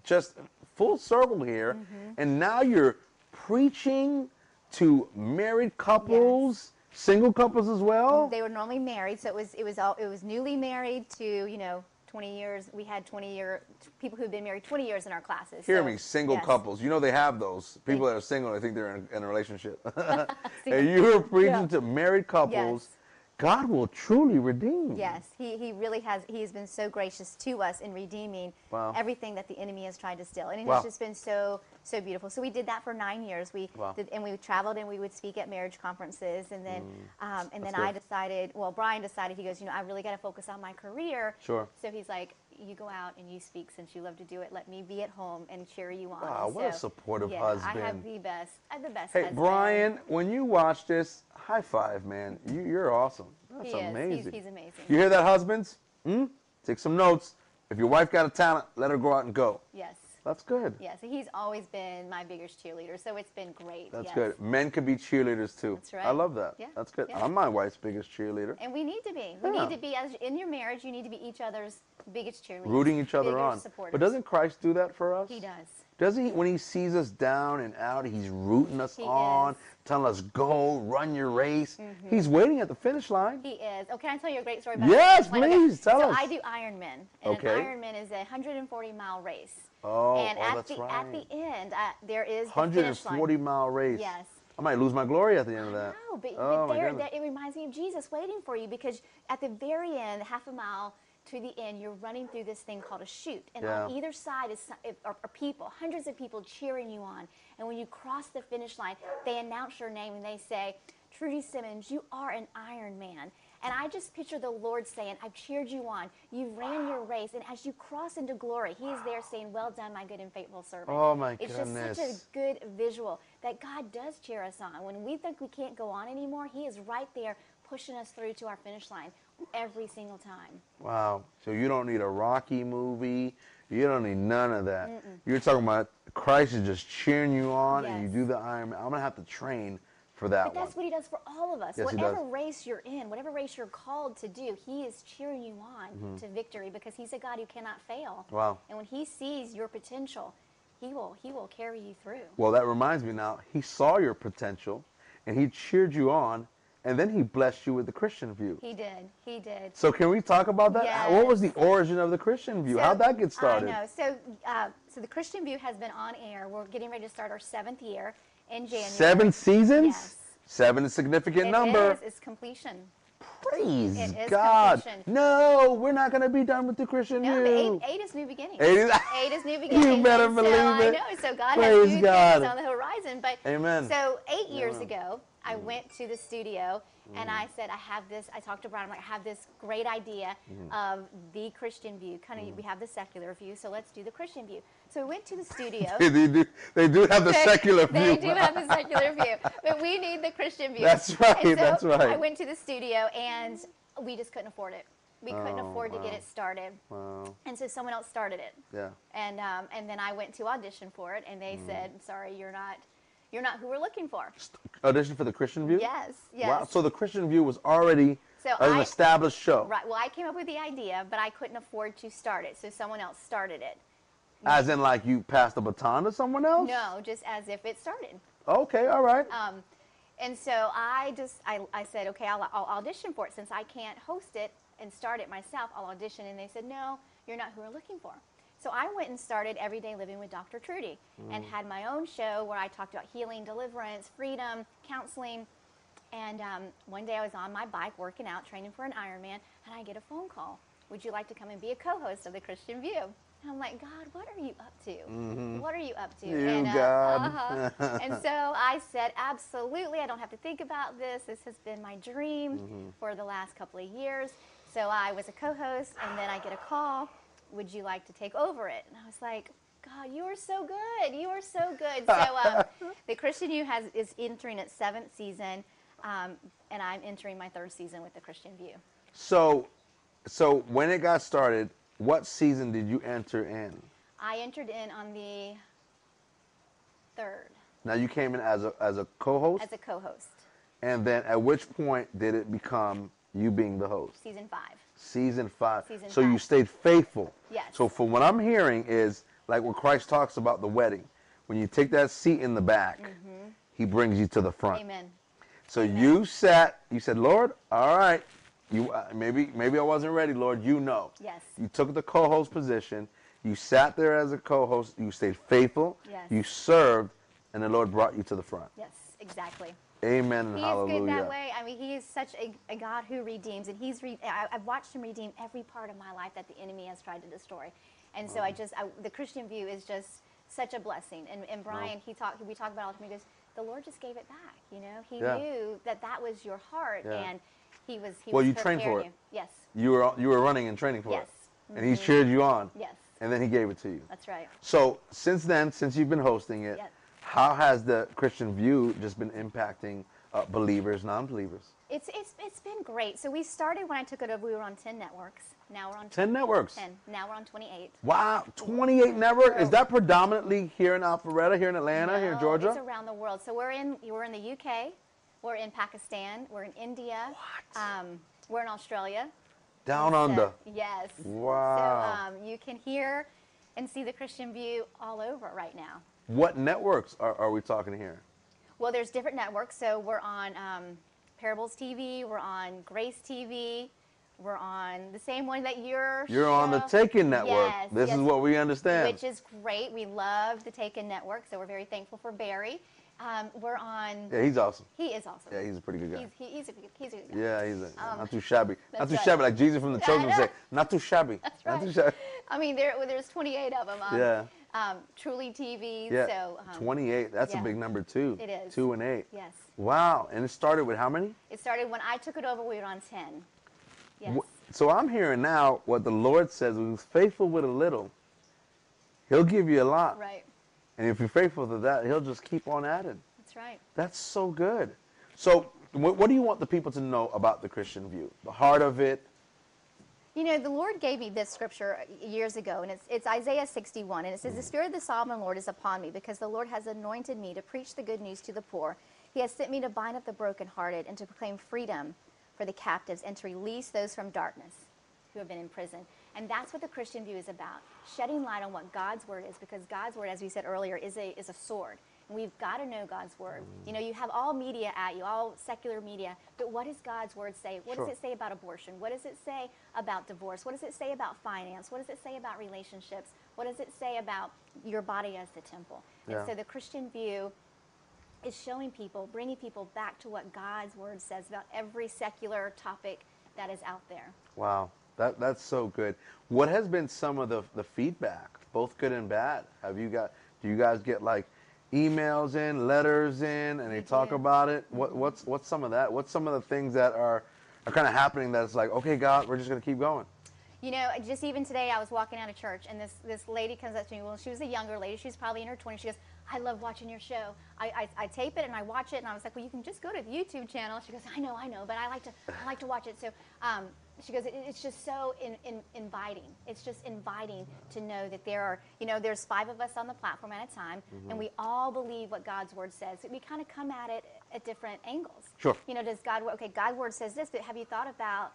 just full circle here,
Mm-hmm.
and now you're preaching to married couples, single couples as well.
They were normally married, so it was it was all it was newly married to you know 20 years. We had 20 year people who had been married 20 years in our classes.
Hear
so-
me, single
yes.
couples. You know they have those people
They-
that are single. They think they're in, in a relationship. and you were preaching
Yeah.
to married couples.
Yes.
God will truly redeem.
Yes, he, he really has. He has been so gracious to us in redeeming
Wow.
everything that the enemy has tried to steal, and it
Wow.
has just been so so beautiful. So we did that for nine years. We
Wow.
did, and we traveled and we would speak at marriage conferences, and then um, and then
Mm, that's
I
good.
decided. Well, Brian decided. He goes, you know, I really got to focus on my career.
Sure.
So he's like, you go out and you speak since you love to do it. Let me be at home and cheer you on.
Wow,
And
what a
so,
supportive
yeah, I
husband.
have the best. I have the best.
Hey,
husband.
Brian, when you watch this, high five, man. You, you're awesome. That's
He is. He's-
amazing.
he's amazing.
You hear that, husbands? Hmm? Take some notes. If your wife got a talent, let her go out and go.
Yes.
That's good.
Yeah, so he's always been my biggest cheerleader, so it's been great.
That's
yes.
good. Men could be cheerleaders too.
That's right.
I love that.
Yeah,
That's good.
yeah.
I'm my wife's biggest cheerleader.
And we need to be. We
Yeah.
need to be as in your marriage. You need to be each other's biggest cheerleaders,
rooting each other
biggest
on.
Supporters.
But doesn't Christ do that for us?
he does?
Doesn't he? When he sees us down and out, he's rooting us
He
on,
is. Mm-hmm.
telling us, "Go, run your race." He's waiting at the finish line.
He is. Oh, can I tell you a great story? About
Yes,
Iron Man?
please, tell
so
us.
I do Ironman, and
Okay.
an Ironman is a 140 mile race.
Oh,
and
oh,
at
that's
the
right.
at the end, uh, there is the finish line.
140 mile race.
Yes.
I might lose my glory at the end of that.
No, but,
oh,
but
my
there,
goodness.
that, it reminds me of Jesus waiting for you because at the very end, half a mile to the end, you're running through this thing called a chute, and on
Yeah.
either side is some, are, are people, hundreds of people cheering you on. And when you cross the finish line, they announce your name and they say, "Trudy Simmons, you are an Iron Man." And I just picture the Lord saying, I've cheered you on. You ran your race. And as you cross into glory, He is there saying, Well done, my good and faithful servant.
Oh, my
it's It's just such a
goodness.
good visual that God does cheer us on. When we think we can't go on anymore, He is right there pushing us through to our finish line every single time.
Wow. So you don't need a Rocky movie. You don't need none of that. You're talking about Christ is just cheering you on, and you
Yes.
do the Ironman. I'm gonna have to train for that
But that's
one.
what He does for all of us.
Yes, He does.
whatever race you're in, whatever race you're called to do, He is cheering you on to victory because He's a God who cannot fail.
Mm-hmm. Wow.
And when He sees your potential, He will He will carry you through.
Well, that reminds me now. He saw your potential, and he cheered you on, and then he blessed you with the Christian view.
He did. He did.
So can we talk about that? How- What was the
Yes.
origin of the Christian view?
So,
How'd that get started?
I know. So, uh, so the Christian View has been on air. We're getting ready to start our seventh year in January.
Seven seasons.
Yes.
Seven is a significant
It
number.
is. It's completion.
Praise
It is
God.
completion.
No, we're not gonna be done with the Christian view.
No, but eight, eight is new beginning.
Eight is-
new beginning.
better
so
believe
I
it.
know. So God
Praise
has new
God.
things on the horizon. But
Amen. Mm.
So eight years ago, I went to the studio and I said, I have this. I talked to Brian. I'm like, I have this great idea
Mm.
of the Christian view. Kind of, we have the secular view, so let's do the Christian view. So we went to the studio.
they do. They do have the
They-
secular
they
view.
do have the secular view, but we need the Christian view.
That's right,
And so
that's right.
I went to the studio and we just couldn't afford it. We couldn't
Oh,
afford to get it started,
Wow.
and so someone else started it.
Yeah. Hmm.
And um, and then I went to audition for it, and they said, "I'm "Sorry, you're not." you're not who we're looking for.
Audition for the Christian View?
Yes, yes.
Wow. So the Christian View was already
So
an
I-
established show
Right. Well, I came up with the idea, but I couldn't afford to start it, so someone else started it.
as in like you passed the baton to someone else?
No, just as if it started.
Okay, all right.
Um, and so I just I, I said, okay, I'll, I'll audition for it since I can't host it and start it myself. I'll audition, and they said, no, you're not who we're looking for. So I went and started Everyday Living with Dr. Trudy
Mm.
and had my own show where I talked about healing, deliverance, freedom, counseling. And um, one day I was on my bike working out, training for an Ironman, and I get a phone call. Would you like to come and be a co-host of the Christian View? And I'm like, God, what are you up to? What are you up to?
Mm-hmm. You,
and, uh,
God.
uh-huh. and so I said, absolutely, I don't have to think about this. This has been my dream for the last couple of years. So I was a co host, and then I get a call, would you like to take over it? And I was like, God, you are so good. You are so good. So um, the Christian View has is entering its seventh season, um, and I'm entering my third season with the Christian View.
So, so when it got started, what season did you enter in?
I entered in on the third
Now you came in as a as a co-host,
as a co-host,
and then at which point did it become you being the host?
season five.
Season five.
Season
so you
five.
stayed faithful.
Yes.
So from what I'm hearing is like what Christ talks about the wedding. When you take that seat in the back, he brings you to the front.
Mm-hmm. Amen.
So you sat. You said, "Lord, all right, you uh, maybe maybe I wasn't ready, Lord. You know."
Yes.
You took the co-host position. You sat there as a co-host. You stayed faithful.
Yes.
You served, and the Lord brought you to the front.
Yes, exactly.
Amen and
He is
hallelujah.
good that way. I mean, he is such a, a God who redeems, and he's re- I, I've watched him redeem every part of my life that the enemy has tried to destroy. And so I just I, the Christian view is just such a blessing. And, and Brian, he talked we talked about it all the time. He goes, the Lord just gave it back. You know, he
Yeah.
knew that that was your heart,
Yeah.
and he was. He
Well,
was
you trained for
preparing
it.
you. Yes,
You were you were running and training for
Yes. Mm-hmm.
it, and He cheered you on.
Yes.
And then He gave it to you.
that's right.
So since then, since you've been hosting it,
Yes.
how has the Christian view just been impacting uh, believers, non-believers?
It's, it's it's been great. So we started when I took it over. We were on ten networks. Now we're on
10 networks?
Ten. Now we're on twenty-eight.
Wow, 28 network. Is that predominantly here in Alpharetta, here in Atlanta, here in
No,
Georgia?
It's around the world. So we're in we're in the UK, we're in Pakistan, we're in India,
What?
um, we're in Australia.
Down
So-
under.
yes.
Wow.
So um, you can hear and see the Christian view all over right now.
What networks are, are we talking here?
Well, there's different networks. So we're on um, Parables TV, we're on Grace TV, we're on the same one that you're.
You're on the Taken Network.
Yes,
this
yes.
is what we understand.
Which is great. We love the Taken Network, so we're very thankful for Barry. Um, we're on.
yeah, he's awesome.
He is awesome.
Yeah, he's a pretty good guy.
He's, he, he's, a, good- he's a good guy.
yeah, he's a, not too shabby. Not
that's
too
right.
shabby, like Jesus from the
Yeah, I
children
know.
say. Not too shabby. That's Not too
right.
shabby.
I mean, there well, there's 28 of them. Um,
Yeah.
Um, Truly TV.
Yeah,
So um,
28. That's a
yeah.
big number too.
It is.
Two and eight.
Yes.
Wow. And it started with how many?
It started when I took it over. We were on 10. Yes.
Wh- So I'm hearing now what the Lord says: "Who's faithful with a little, He'll give you a lot."
Right.
And if you're faithful to that, He'll just keep on adding.
That's right.
That's so good. So, what, what do you want the people to know about the Christian view? The heart of it.
You know, the Lord gave me this scripture uh, years ago, and it's, it's Isaiah 61, and it
Mm.
says, The Spirit of the Sovereign Lord is upon me, because the Lord has anointed me to preach the good news to the poor. He has sent me to bind up the brokenhearted and to proclaim freedom for the captives and to release those from darkness who have been in prison. And that's what the Christian view is about shedding light on what God's word is, because God's word, as we said earlier, is a, is a sword. And we've got to know God's word.
Mm.
You know, you have all media at you, all secular media, but what does God's word say? What
Sure.
does it say about abortion? What does it say about divorce? What does it say about finance? What does it say about relationships? What does it say about your body as the temple?
Yeah.
And so the Christian view is showing people, bringing people back to what God's word says about every secular topic that is out there.
Wow, that that's so good. What has been some of the the feedback, both good and bad? Have you got? Do you guys get like emails in, letters in, and they talk
do.
about it? What what's what's some of that? What's some of the things that are are kind of happening? That's like, okay, God, we're just gonna keep going.
You know, just even today, I was walking out of church, and this this lady comes up to me. Well, she was a younger lady; she's probably in her 20s. She goes, I love watching your show. I, I, I tape it and I watch it, and I was like, well, you can just go to the YouTube channel. She goes, I know, I know, but I like to, I like to watch it. So um, she goes, it, it's just so in, in, inviting. It's just inviting to know that there are, you know, there's five of us on the platform at a time, and we all believe what God's word says. We kind of come at it at different angles.
Sure.
You know, does God, okay, God word says this, but have you thought about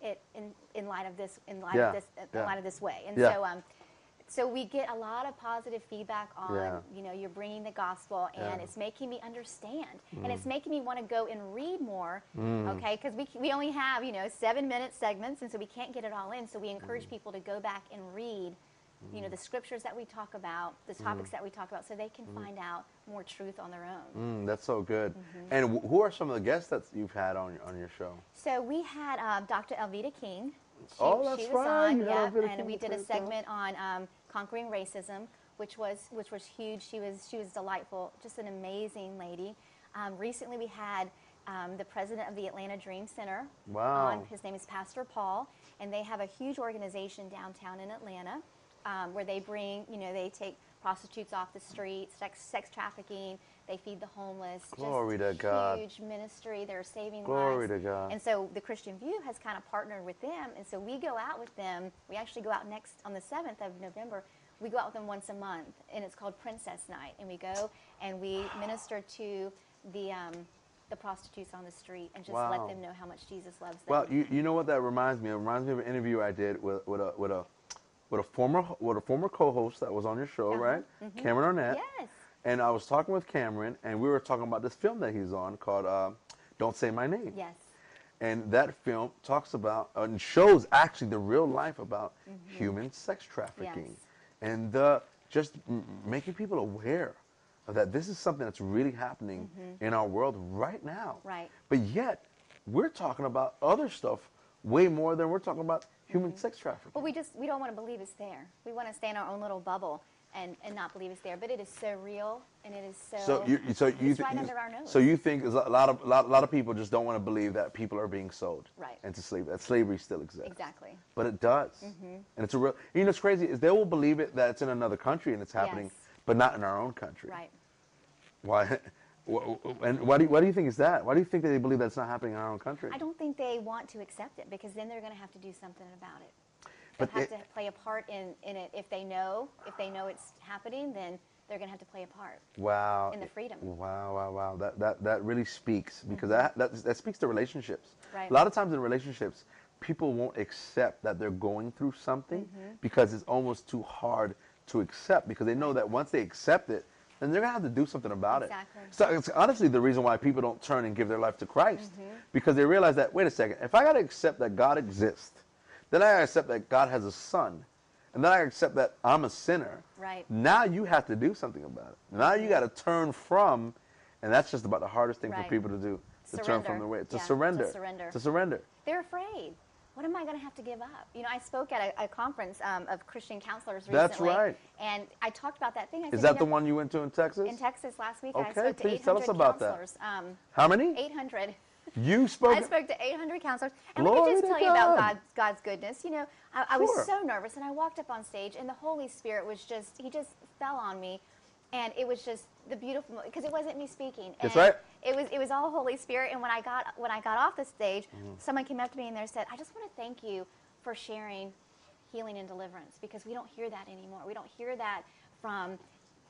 it in, in light of this, in light
Yeah,
of this, in
yeah.
light of this way? And
Yeah.
so, um, so we get a lot of positive feedback on,
Yeah.
you know, you're bringing the gospel, and
Yeah. Mm.
it's making me understand, and it's making me want to go and read more, okay? Because we, c- we only have, you know, seven minute segments, and so we can't get it all in. So we
Mm.
encourage people to go back and read, you know, the scriptures that we talk about, the
Mm.
topics that we talk about, so they can find out more truth on their own.
Mm, that's so good. And wh- who are some of the guests that you've had on your- on your show?
So we had um, Dr. Elvita King. She,
Oh, that's
she was
right.
on,
You had
yep,
Elvita
and
King
we
the
did a
first time.
segment on um, conquering racism, which was which was huge. She was she was delightful, just an amazing lady. Um, recently, we had um, the president of the Atlanta Dream Center.
Wow.
On, his name is Pastor Paul, and they have a huge organization downtown in Atlanta, um, where they bring you know they take prostitutes off the streets, sex, sex trafficking. They feed the homeless.
Glory to
just
God.
Huge ministry. They're saving
Glory
lives.
to God.
And so the Christian View has kind of partnered with them, and so we go out with them. We actually go out next on the 7th of November. We go out with them once a month, and it's called Princess Night. And we go and we minister to the um, the prostitutes on the street and just
Wow.
let them know how much Jesus loves them.
Well, you, you know what that reminds me of? It reminds me of an interview I did with, with a with a with a former with a former co-host that was on your show,
Uh-huh.
right? Cameron Arnett.
Yes.
And I was talking with Cameron, and we were talking about this film that he's on called uh, "Don't Say My Name."
yes.
And that film talks about uh, and shows actually the real life about human sex trafficking,
Mm-hmm. Yes.
and the just m- making people aware of that this is something that's really happening in our world right now.
Mm-hmm. Right.
But yet, we're talking about other stuff way more than we're talking about human sex trafficking.
Mm-hmm. Well, we just we don't want to believe it's there. We want to stay in our own little bubble and, and not believe it's there. But it is so real, and it is so.
so you, so you,
it's
thi-
right
you-
under our nose.
so you think there's a lot of lot, lot of people just don't want to believe that people are being sold
Right.
into slavery. That slavery still exists.
Exactly.
But it does,
Mm-hmm.
and it's a real. You know, what's crazy is they will believe it that it's in another country and it's happening,
Yes.
but not in our own country.
right.
Why? wh- wh- And why do you, why do you think is that? Why do you think that they believe that's not happening in our own country?
I don't think they want to accept it because then they're going to have to do something about it. They'll
But
have
it-
to play a part in, in it. If they know, if they know it's happening, then they're going to have to play a part.
Wow.
and the freedom.
Wow, wow, wow. That that that really speaks because that, that that speaks to relationships.
Mm-hmm. Right.
A lot of times in relationships, people won't accept that they're going through something
Mm-hmm.
because it's almost too hard to accept because they know that once they accept it, then they're gonna have to do something about
Exactly.
it. So it's honestly the reason why people don't turn and give their life to Christ
Mm-hmm.
because they realize that wait a second, if I gotta accept that God exists, then I accept that God has a son, and then I accept that I'm a sinner.
Right.
Now you have to do something about it. Now you got to turn from, and that's just about the hardest thing for
Right.
people to do to turn from
Surrender.
the way to
Yeah, to
surrender.
surrender.
To surrender.
They're afraid. What am I going to have to give up? You know, I spoke at a, a conference um, of Christian counselors recently.
That's right.
And I talked about that thing. I
Is
said,
that
you
the
know,
one you went to in Texas?
in Texas last week? I
Okay,
spoke to
please
800
tell us about that.
counselors. Um,
How many?
800.
You spoke.
I spoke to 800 counselors, and let
Glory
me just
to
tell you
God.
about God's, God's goodness. You know, I, I
Sure.
was so nervous, and I walked up on stage, and the Holy Spirit was just—he just fell on me, and it was just the beautiful because it wasn't me speaking.
That's
and
right.
It was—it was all Holy Spirit. And when I got when I got off the stage,
Mm-hmm.
someone came up to me and they said, "I just want to thank you for sharing healing and deliverance because we don't hear that anymore. We don't hear that from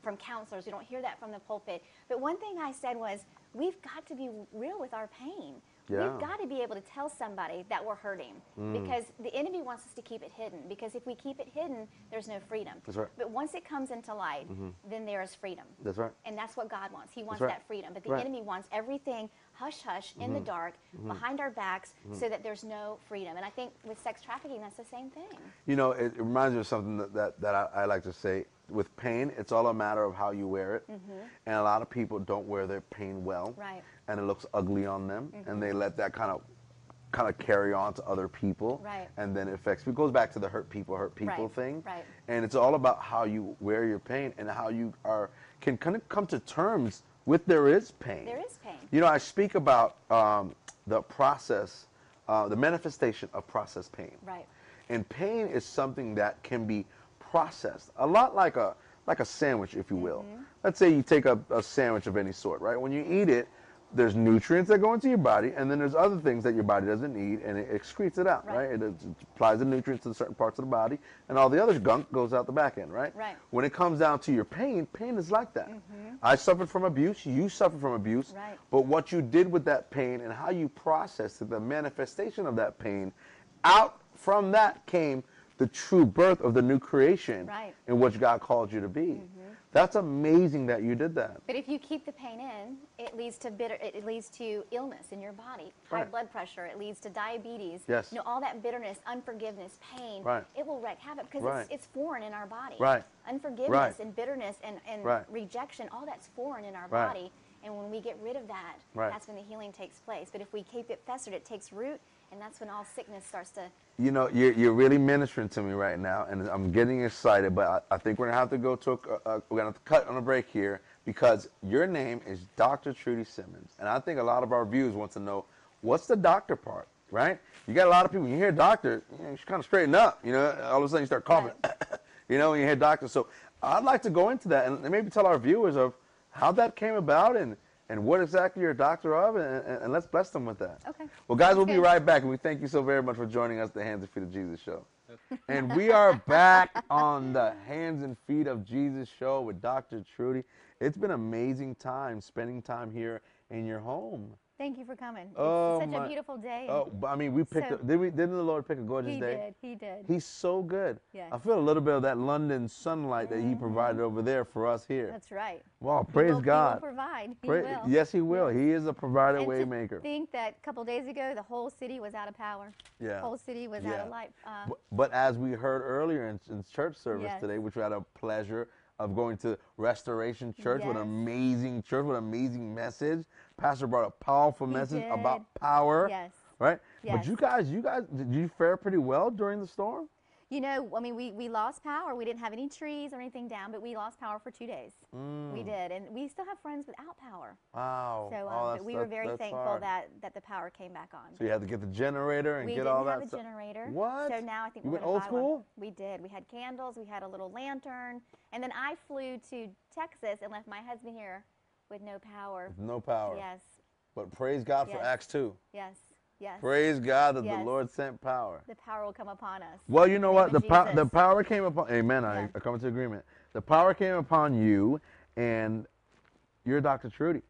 from counselors. We don't hear that from the pulpit. But one thing I said was, we've got to be real with our pain.
Yeah. Mm.
We've got to be able to tell somebody that we're hurting because the enemy wants us to keep it hidden. Because if we keep it hidden, there's no freedom.
That's right. Mm-hmm.
But once it comes into light, then there is freedom.
That's right.
And that's what God wants. He wants
right.
that freedom. But the
Right. Mm-hmm.
enemy wants everything hush hush in the dark, behind our backs, so that there's no freedom. And I think with sex trafficking, that's the same thing.
You know, it, it reminds me of something that, that, that I, I like to say. With pain, it's all a matter of how you wear it. And a lot of people don't wear their pain well.
Mm-hmm. Right. Mm-hmm.
And it looks ugly on them. And they let that kind of kind of carry on to other people.
Right.
And then it affects it goes back to the hurt people, hurt people
Right,
thing.
right.
And it's all about how you wear your pain and how you are can kind of come to terms with there is pain.
There is pain.
You know, I speak about um, the process, uh, the manifestation of process pain.
Right.
And pain is something that can be processed. A lot like a like a sandwich, if you will. Let's say you take a, a sandwich of any sort, right? When you eat it, there's nutrients that go into your body, and then there's other things that your body doesn't need, and it excretes it out, right?
Right.
It, it applies the nutrients to certain parts of the body, and all the other gunk goes out the back end, right?
Right.
When it comes down to your pain, pain is like that. I suffered from abuse, you suffered from abuse,
Right.
but what you did with that pain and how you processed it, the manifestation of that pain, out from that came the true birth of the new creation
Right. Mm-hmm.
in which God called you to be. That's amazing that you did that.
But if you keep the pain in, it leads to bitter. It it leads to illness in your body, high
Right.
blood pressure. It leads to diabetes.
Yes.
You know all that bitterness, unforgiveness, pain.
Right.
It will wreak havoc because
Right.
it's, it's foreign in our body.
Right.
Unforgiveness
Right.
and bitterness and and
Right.
rejection. All that's foreign in our
Right.
body. And when we get rid of that,
Right.
that's when the healing takes place. But if we keep it festered, it takes root, and that's when all sickness starts to.
You know, you're, you're really ministering to me right now, and I'm getting excited. But I, I think we're gonna have to go to a, a we're gonna have to cut on a break here because your name is Dr. Trudy Simmons, and I think a lot of our viewers want to know what's the doctor part, right? You got a lot of people. When you hear doctor, you, know, you kind of straighten up. You know, all of a sudden you start coughing. you know, when you hear doctor. So I'd like to go into that and maybe tell our viewers of how that came about and. And what exactly you're a doctor of, and, and, and let's bless them with that.
Okay.
Well, guys, we'll be
Good.
right right back, and we thank you so very much for joining us, the Hands and Feet of Jesus show. And we are back on the Hands and Feet of Jesus show with Dr. Trudy. It's been amazing time spending time here in your home.
Thank you for coming.
Oh,
it's such
my-
a beautiful day. and
Oh, but I mean, we picked.
So-
up, did we? Didn't the Lord pick a gorgeous
he
day?
did. He did.
He's so good.
Yes. Mm-hmm.
I feel a little bit of that London sunlight that He provided over there for us here.
that's right.
wow!
He
Praise
will-
God.
He will provide. He
Pray-
will.
Yes, He will. He is a provider,
And to
waymaker.
Think that a couple days ago, the whole city was out of power.
Yeah.
Whole city was out
Yeah.
of light. Uh,
Bu- but, as we heard earlier in, in church service
Yes.
today, which we had a pleasure of going to Restoration Church, what an
Yes.
amazing church, what an amazing message. Pastor brought a powerful
He
message about
did.
power.
Yes.
Right? But
Yes.
you guys, you guys, did you fare pretty well during the storm?
you know, I mean, we, we lost power. We didn't have any trees or anything down, but we lost power for two days. We did, and we still have friends without power.
Wow.
So, um,
Oh,
but
that's-
we were
that's-
very
that's
thankful
hard.
that that the power came back on.
So you had to get the generator and
we
get
didn't
all
have
that
a
stuff.
generator.
What?
So now I think
you
we're
went
gonna
old
buy
school?
One. We did. We had candles. We had a little lantern, and then I flew to Texas and left my husband here with no power.
No power.
Yes.
But praise God for
Yes.
Acts 2.
Yes. Yes.
Praise God that the
Yes.
Lord sent power.
The power will come upon us.
Well, you know
In
what?
the
The,
name of
po- the
Jesus.
power came upon. Amen. I,
Yeah.
I come into agreement. The power came upon you, and you're Dr. Trudy.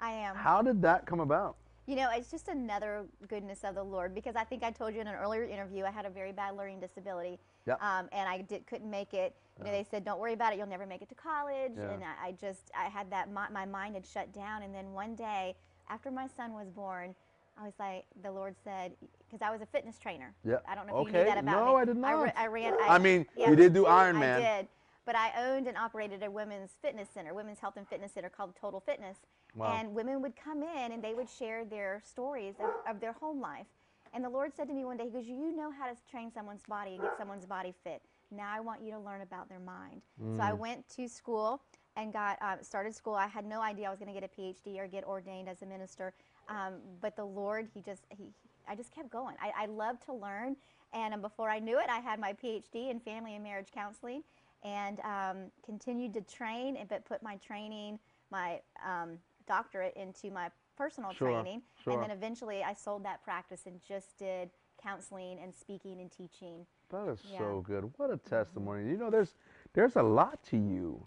I am.
How did that come about?
You know, it's just another goodness of the Lord because I think I told you in an earlier interview I had a very bad learning disability,
Yeah.
um, and I did, couldn't make it. You know, they said, "Don't worry about it. You'll never make it to college."
Yeah.
And I, I just I had that my, my mind had shut down. And then one day, after my son was born, I was like, the Lord said, because I was a fitness trainer.
Yeah.
I don't know if
okay.
you knew that about
no,
me.
I did not.
I, ra- I ran.
I, mean, you did do Iron Man.
I did. But I owned and operated a women's fitness center, women's health and fitness center called Total Fitness.
Wow.
And women would come in and they would share their stories of, of their home life. And the Lord said to me one day, He goes, You know how to train someone's body and get someone's body fit. Now I want you to learn about their mind. So
Mm.
I went to school and got um, started school. I had no idea I was going to get a PhD or get ordained as a minister. Um, but the Lord, He just, He, I just kept going. I, I love to learn. And um, before I knew it, I had my PhD in family and marriage counseling and um, continued to train, and, but put my training, my um, doctorate, into my personal
Sure,
training.
sure.
And then eventually I sold that practice and just did counseling and speaking and teaching.
That is
Yeah. Mm-hmm.
so good. What a testimony. You know, there's there's a lot to you.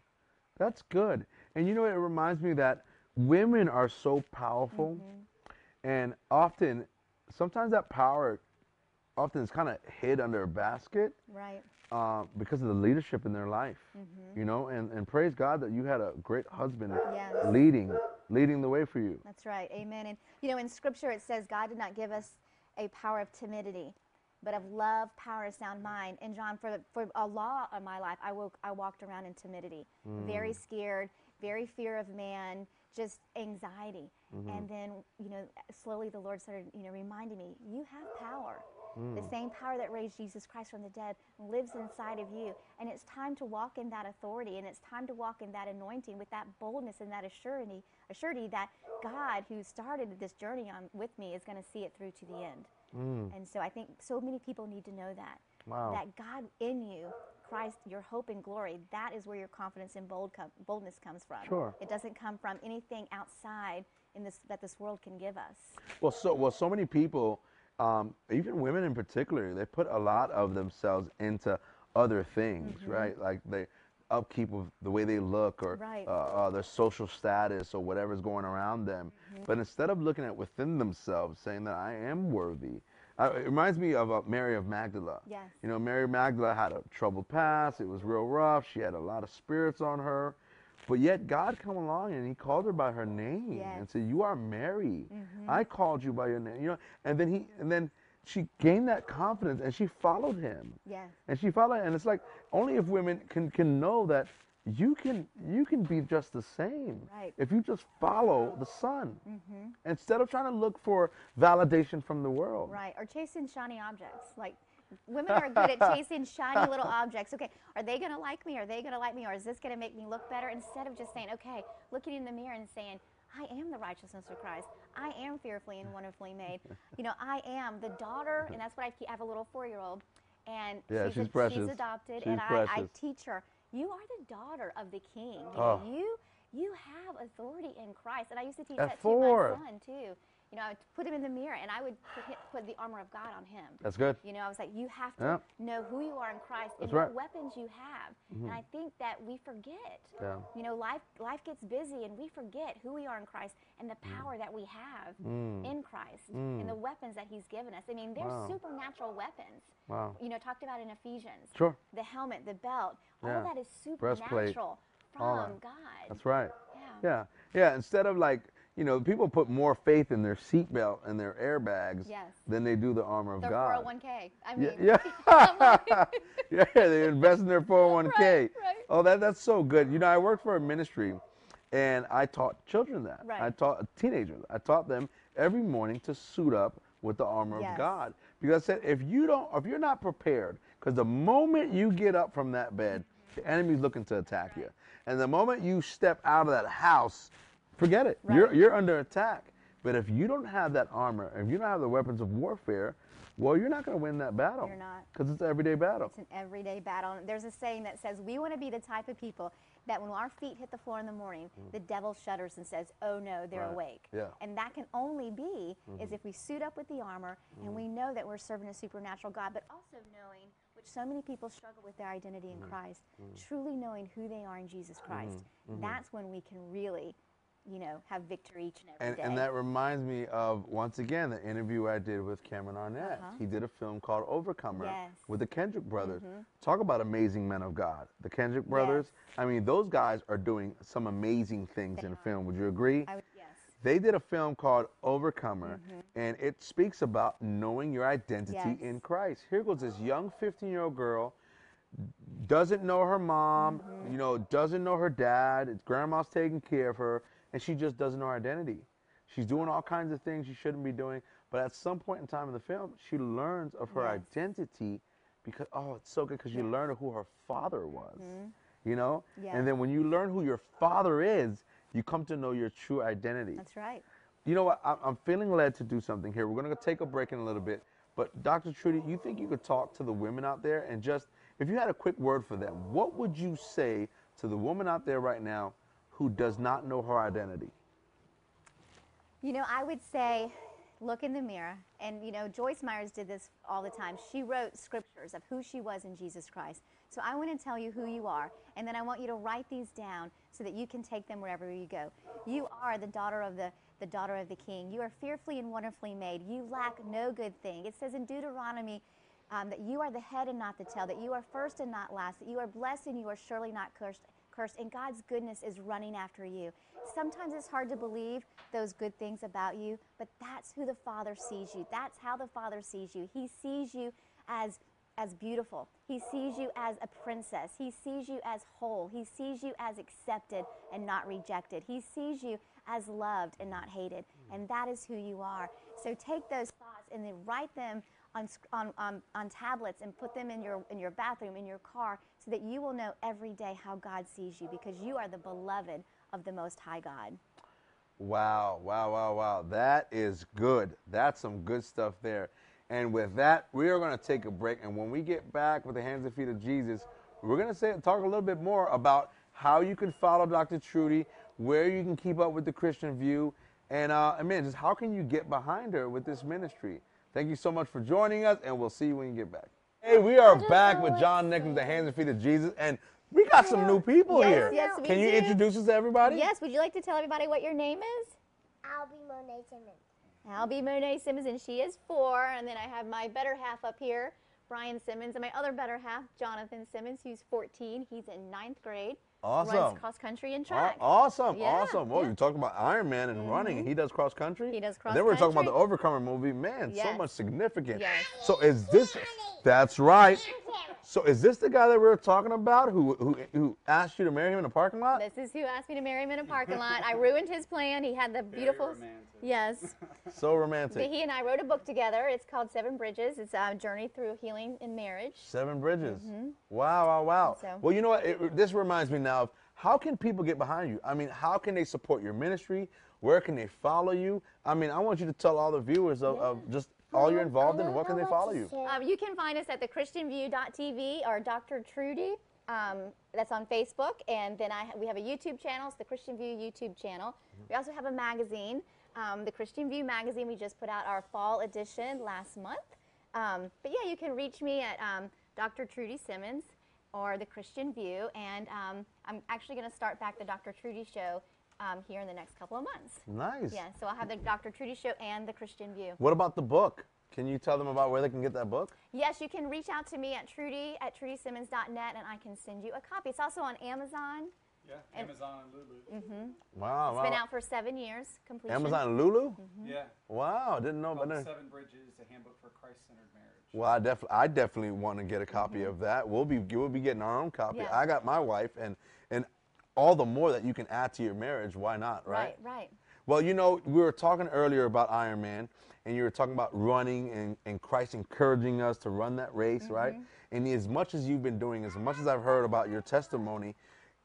That's good. And you know, it reminds me that women are so powerful,
Mm-hmm.
and often, sometimes that power, often is kind of hid under a basket.
Right.
uh, because of the leadership in their life, you know, and, and praise God that you had a great husband
Yes.
leading, leading the way for you.
That's right. Amen. And you know, in scripture it says God did not give us a power of timidity, but of love, power, and sound mind. And John, for for a law of my life, I woke I walked around in timidity, very scared, very fear of man, just anxiety. And then, you know, slowly the Lord started, you know, reminding me, you have power. The same power that raised Jesus Christ from the dead lives inside of you. And it's time to walk in that authority and it's time to walk in that anointing with that boldness and that assurity, assurity that God, who started this journey on with me, is going to see it through to the end. And so I think so many people need to know that.
Mm. Wow.
That God in you, Christ, your hope and glory, that is where your confidence and bold com- boldness comes from.
Sure.
It doesn't come from anything outside in this that this world can give us.
Well, so well, so many people, um, even women in particular, they put a lot of themselves into other things,
Mm-hmm.
right? Like the upkeep of the way they look, or
Right.
uh, uh, their social status, or whatever's going around them.
Mm-hmm.
But instead of looking at within themselves, saying that I am worthy. I, it reminds me of uh, Mary of Magdala.
Yes.
You know, Mary Magdala had a troubled past. It was real rough. She had a lot of spirits on her. But yet God come along and he called her by her name and
Yes. Mm-hmm.
said, "You are Mary. I called you by your name." You know, and then he and then she gained that confidence and she followed him.
Yes.
And she followed and it's like only if women can can know that you can you can be just the same
Right. Mm-hmm.
if you just follow the sun instead of trying to look for validation from the world.
Right. Or chasing shiny objects. Like women are good at chasing shiny little objects. Okay, are they gonna like me? Are they gonna like me? Or is this gonna make me look better? Instead of just saying, okay, looking in the mirror and saying, I am the righteousness of Christ. I am fearfully and wonderfully made. You know, I am the daughter, and that's what I, keep- I have a little four-year-old, and
Yeah,
she's,
she's
ad-
precious.
she's adopted,
She's
and I, I
precious.
teach her, you are the daughter of the King. You, know,
Oh.
you you have authority in Christ, and I used to teach
At
that
four.
to my son too. You know, I would put him in the mirror, and I would put, hi- put the armor of God on him.
That's good.
You know, I was like, you have to
Yeah.
know who you are in Christ
That's
and
right. Mm-hmm.
what weapons you have. And I think that we forget.
Yeah.
You know, life life gets busy, and we forget who we are in Christ and the
Mm.
power that we have in Christ and the weapons that He's given us. I mean, they're
Wow.
supernatural weapons.
Wow.
You know, talked about in Ephesians.
Sure.
The helmet, the belt, all
Yeah.
of that is
Breastplate,
supernatural
all
from
that.
God.
That's right. Yeah.
Yeah.
Yeah. Instead of like, you know, people put more faith in their seatbelt and their airbags
Yes.
than they do the armor of
Their
God.
401k. I mean,
Yeah, yeah. yeah, they invest in their 401k.
Right, right.
Oh, that, that's so good. You know, I worked for a ministry and I taught children that. I
Right.
taught teenagers, I taught them every morning to suit up with the armor of
Yes.
God. Because I said, if you don't, if you're not prepared, because the moment you get up from that bed, the enemy's looking to attack you. And the moment you step out of that house, forget it. You're,
Right.
you're under attack. But if you don't have that armor, if you don't have the weapons of warfare, well, you're not going to win that battle.
You're not.
Because it's an everyday battle.
It's an everyday battle. And There's a saying that says, We want to be the type of people that when our feet hit the floor in the morning, the devil shudders and says, Oh no, they're
Mm-hmm. Right.
awake.
Yeah. Mm-hmm.
And that can only be is if we suit up with the armor and we know that we're serving a supernatural God, but also knowing, which so many people struggle with their identity
Mm-hmm.
in Christ, truly knowing who they are in Jesus Christ.
Mm-hmm.
That's when we can really, you know, have victory each and every
and,
day.
and that reminds me of once again the interview I did with Cameron Arnett. He did a film called Overcomer
Uh-huh. Yes. Mm-hmm.
with the Kendrick brothers. Talk about amazing men of God. The Kendrick brothers. I mean, those guys are doing some amazing things in film. Would you agree?
I would, yes. Mm-hmm.
They did a film called Overcomer, and it speaks about knowing your identity
Yes.
in Christ. Here goes this young 15 year old girl, doesn't know her mom, you know, doesn't know her dad, it's grandma's taking care of her, and she just doesn't know her identity. She's doing all kinds of things she shouldn't be doing, but at some point in time in the film, she learns of her
Yes.
identity because, oh, it's so good because you learn who her father was,
Mm-hmm.
you know? And then
Yes.
when you learn who your father is, you come to know your true identity.
That's right.
You know what? I- I'm feeling led to do something here. We're going to take a break in a little bit. But Dr. Trudy, you think you could talk to the women out there and just, if you had a quick word for them, what would you say to the woman out there right now who does not know her identity?
You know, I would say look in the mirror. And, you know, Joyce Myers did this all the time. She wrote scriptures of who she was in Jesus Christ. So I want to tell you who you are. And then I want you to write these down so that you can take them wherever you go. You are the daughter of the the daughter of the king. You are fearfully and wonderfully made. You lack no good thing. It says in Deuteronomy um, that you are the head and not the tail, that you are first and not last, that you are blessed and you are surely not cursed cursed, and God's goodness is running after you. Sometimes it's hard to believe those good things about you, but that's who the Father sees you. That's how the Father sees you. He sees you as as beautiful. He sees you as a princess. He sees you as whole. He sees you as accepted and not rejected. He sees you as loved and not hated. And that is who you are. So take those thoughts and then write them on, sc- on, on, on tablets and put them in your, in your bathroom, in your car, so that you will know every day how God sees you because you are the beloved of the Most High God.
Wow, wow, wow, wow. That is good. That's some good stuff there. And with that, we are going to take a break. And when we get back with the hands and feet of Jesus, We're gonna say talk a little bit more about how you can follow Dr. Trudy, where you can keep up with the Christian view, and uh, and man, just how can you get behind her with this ministry? Thank you so much for joining us, and we'll see you when you get back. Hey, we are back with John Nichols, the hands and feet of Jesus, and we got some new people
Yes,
here.
yes, we
can you
do.
introduce us to everybody?
Yes, would you like to tell everybody what your name is?
I'll be Monet Simmons.
Albie Monet Simmons, and she is four. And then I have my better half up here, Brian Simmons, and my other better half, Jonathan Simmons, who's 14. He's in ninth grade.
Awesome.
Runs cross country and
Aw-
track.
Awesome,
Yeah,
awesome. Well,
yeah. Mm-hmm.
you talked about Iron Man and running, and he does cross country.
He does
And then we we're talking about the
cross-country.
Overcomer movie. Man, so
Yes.
much significant.
Yes.
So is this? That's right. So is this the guy that we were talking about who who who asked you to marry him in the parking lot?
This is who asked me to marry him in a parking lot. I ruined his plan. He had the beautiful. Yes.
So romantic.
But he and I wrote a book together. It's called Seven Bridges. It's a journey through healing in marriage.
Seven Bridges. Wow, wow, wow.
Mm-hmm. So-
Well, you know what? It, this reminds me now of how can people get behind you? I mean, how can they support your ministry? Where can they follow you? I mean, I want you to tell all the viewers of, of just all you're involved in. What can they follow you?
Um, you can find us at thechristianview.tv or Dr. Trudy. Um, that's on Facebook, and then I, we have a YouTube channel. It's the Christian View YouTube channel. We also have a magazine, um, the Christian View magazine. We just put out our fall edition last month. Um, but yeah, you can reach me at um, Dr. Trudy Simmons or the Christian View, and um, I'm actually going to start back the Dr. Trudy show um, here in the next couple of months.
Nice.
Yeah, so I'll have the Dr. Trudy show and the Christian View.
What about the book? Can you tell them about where they can get that book?
Yes, you can reach out to me at Trudy at TrudySimmons.net and I can send you a copy. It's also on Amazon.
Yeah, Amazon and Lulu.
Wow,
It's
wow.
been out for Mm-hmm. seven years. Completion.
Amazon Lulu?
Yeah.
Wow, didn't know about
Called
that.
Seven Bridges, a handbook for Christ-centered marriage.
Well, I definitely, I definitely want to get a copy of that. We'll be, we'll be getting our own copy.
Mm-hmm. Yeah.
I got my wife, and and all the more that you can add to your marriage, why not, right?
Right, right.
Well, you know, we were talking earlier about Iron Man, and you were talking about running and, and Christ encouraging us to run that race, right?
Mm-hmm.
And as much as you've been doing, as much as I've heard about your testimony,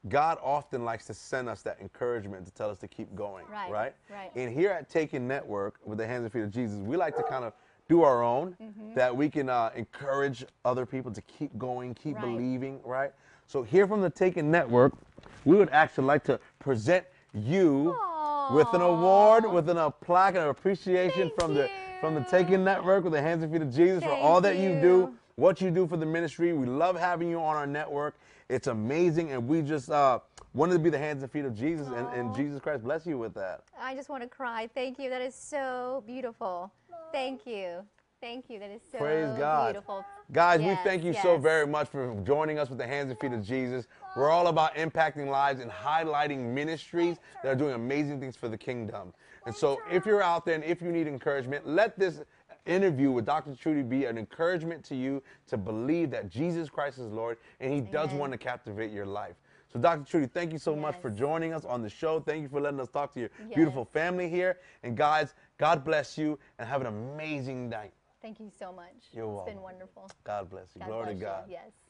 God often likes to send us that encouragement to tell us to keep going,
Right,
right?
right.
And here at Taking Network with the Hands and Feet of Jesus, we like to kind of do our own
Mm-hmm.
that we can uh, encourage other people to keep going, keep
Right.
believing, right? So here from the Taken Network, we would actually like to present you with an award, with an, a plaque, and an appreciation
Thank
from the from the
you.
Taken Network with the Hands and Feet of Jesus for
Thank
all that you do,
you.
what you do for the ministry. We love having you on our network. It's amazing, and we just uh, wanted to be the hands and feet of Jesus, and, and Jesus Christ bless you with that.
I just want to cry. Thank you. That is so beautiful. Thank you. Thank you. That is so
Praise God.
beautiful.
Guys,
Yes,
we thank you so
yes.
very much for joining us with the hands and feet of Jesus. We're all about impacting lives and highlighting ministries that are doing amazing things for the kingdom. And so, if you're out there and if you need encouragement, let this interview with Dr. Trudy be an encouragement to you to believe that Jesus Christ is Lord and He does want to captivate your life. So, Dr. Trudy, thank you so much for
Yes.
joining us on the show. Thank you for letting us talk to your
Yes.
beautiful family here. And, guys, God bless you and have an amazing night.
Thank you so much.
You're
It's been
welcome.
wonderful.
God bless you.
God
Glory
bless
to God.
You. Yes.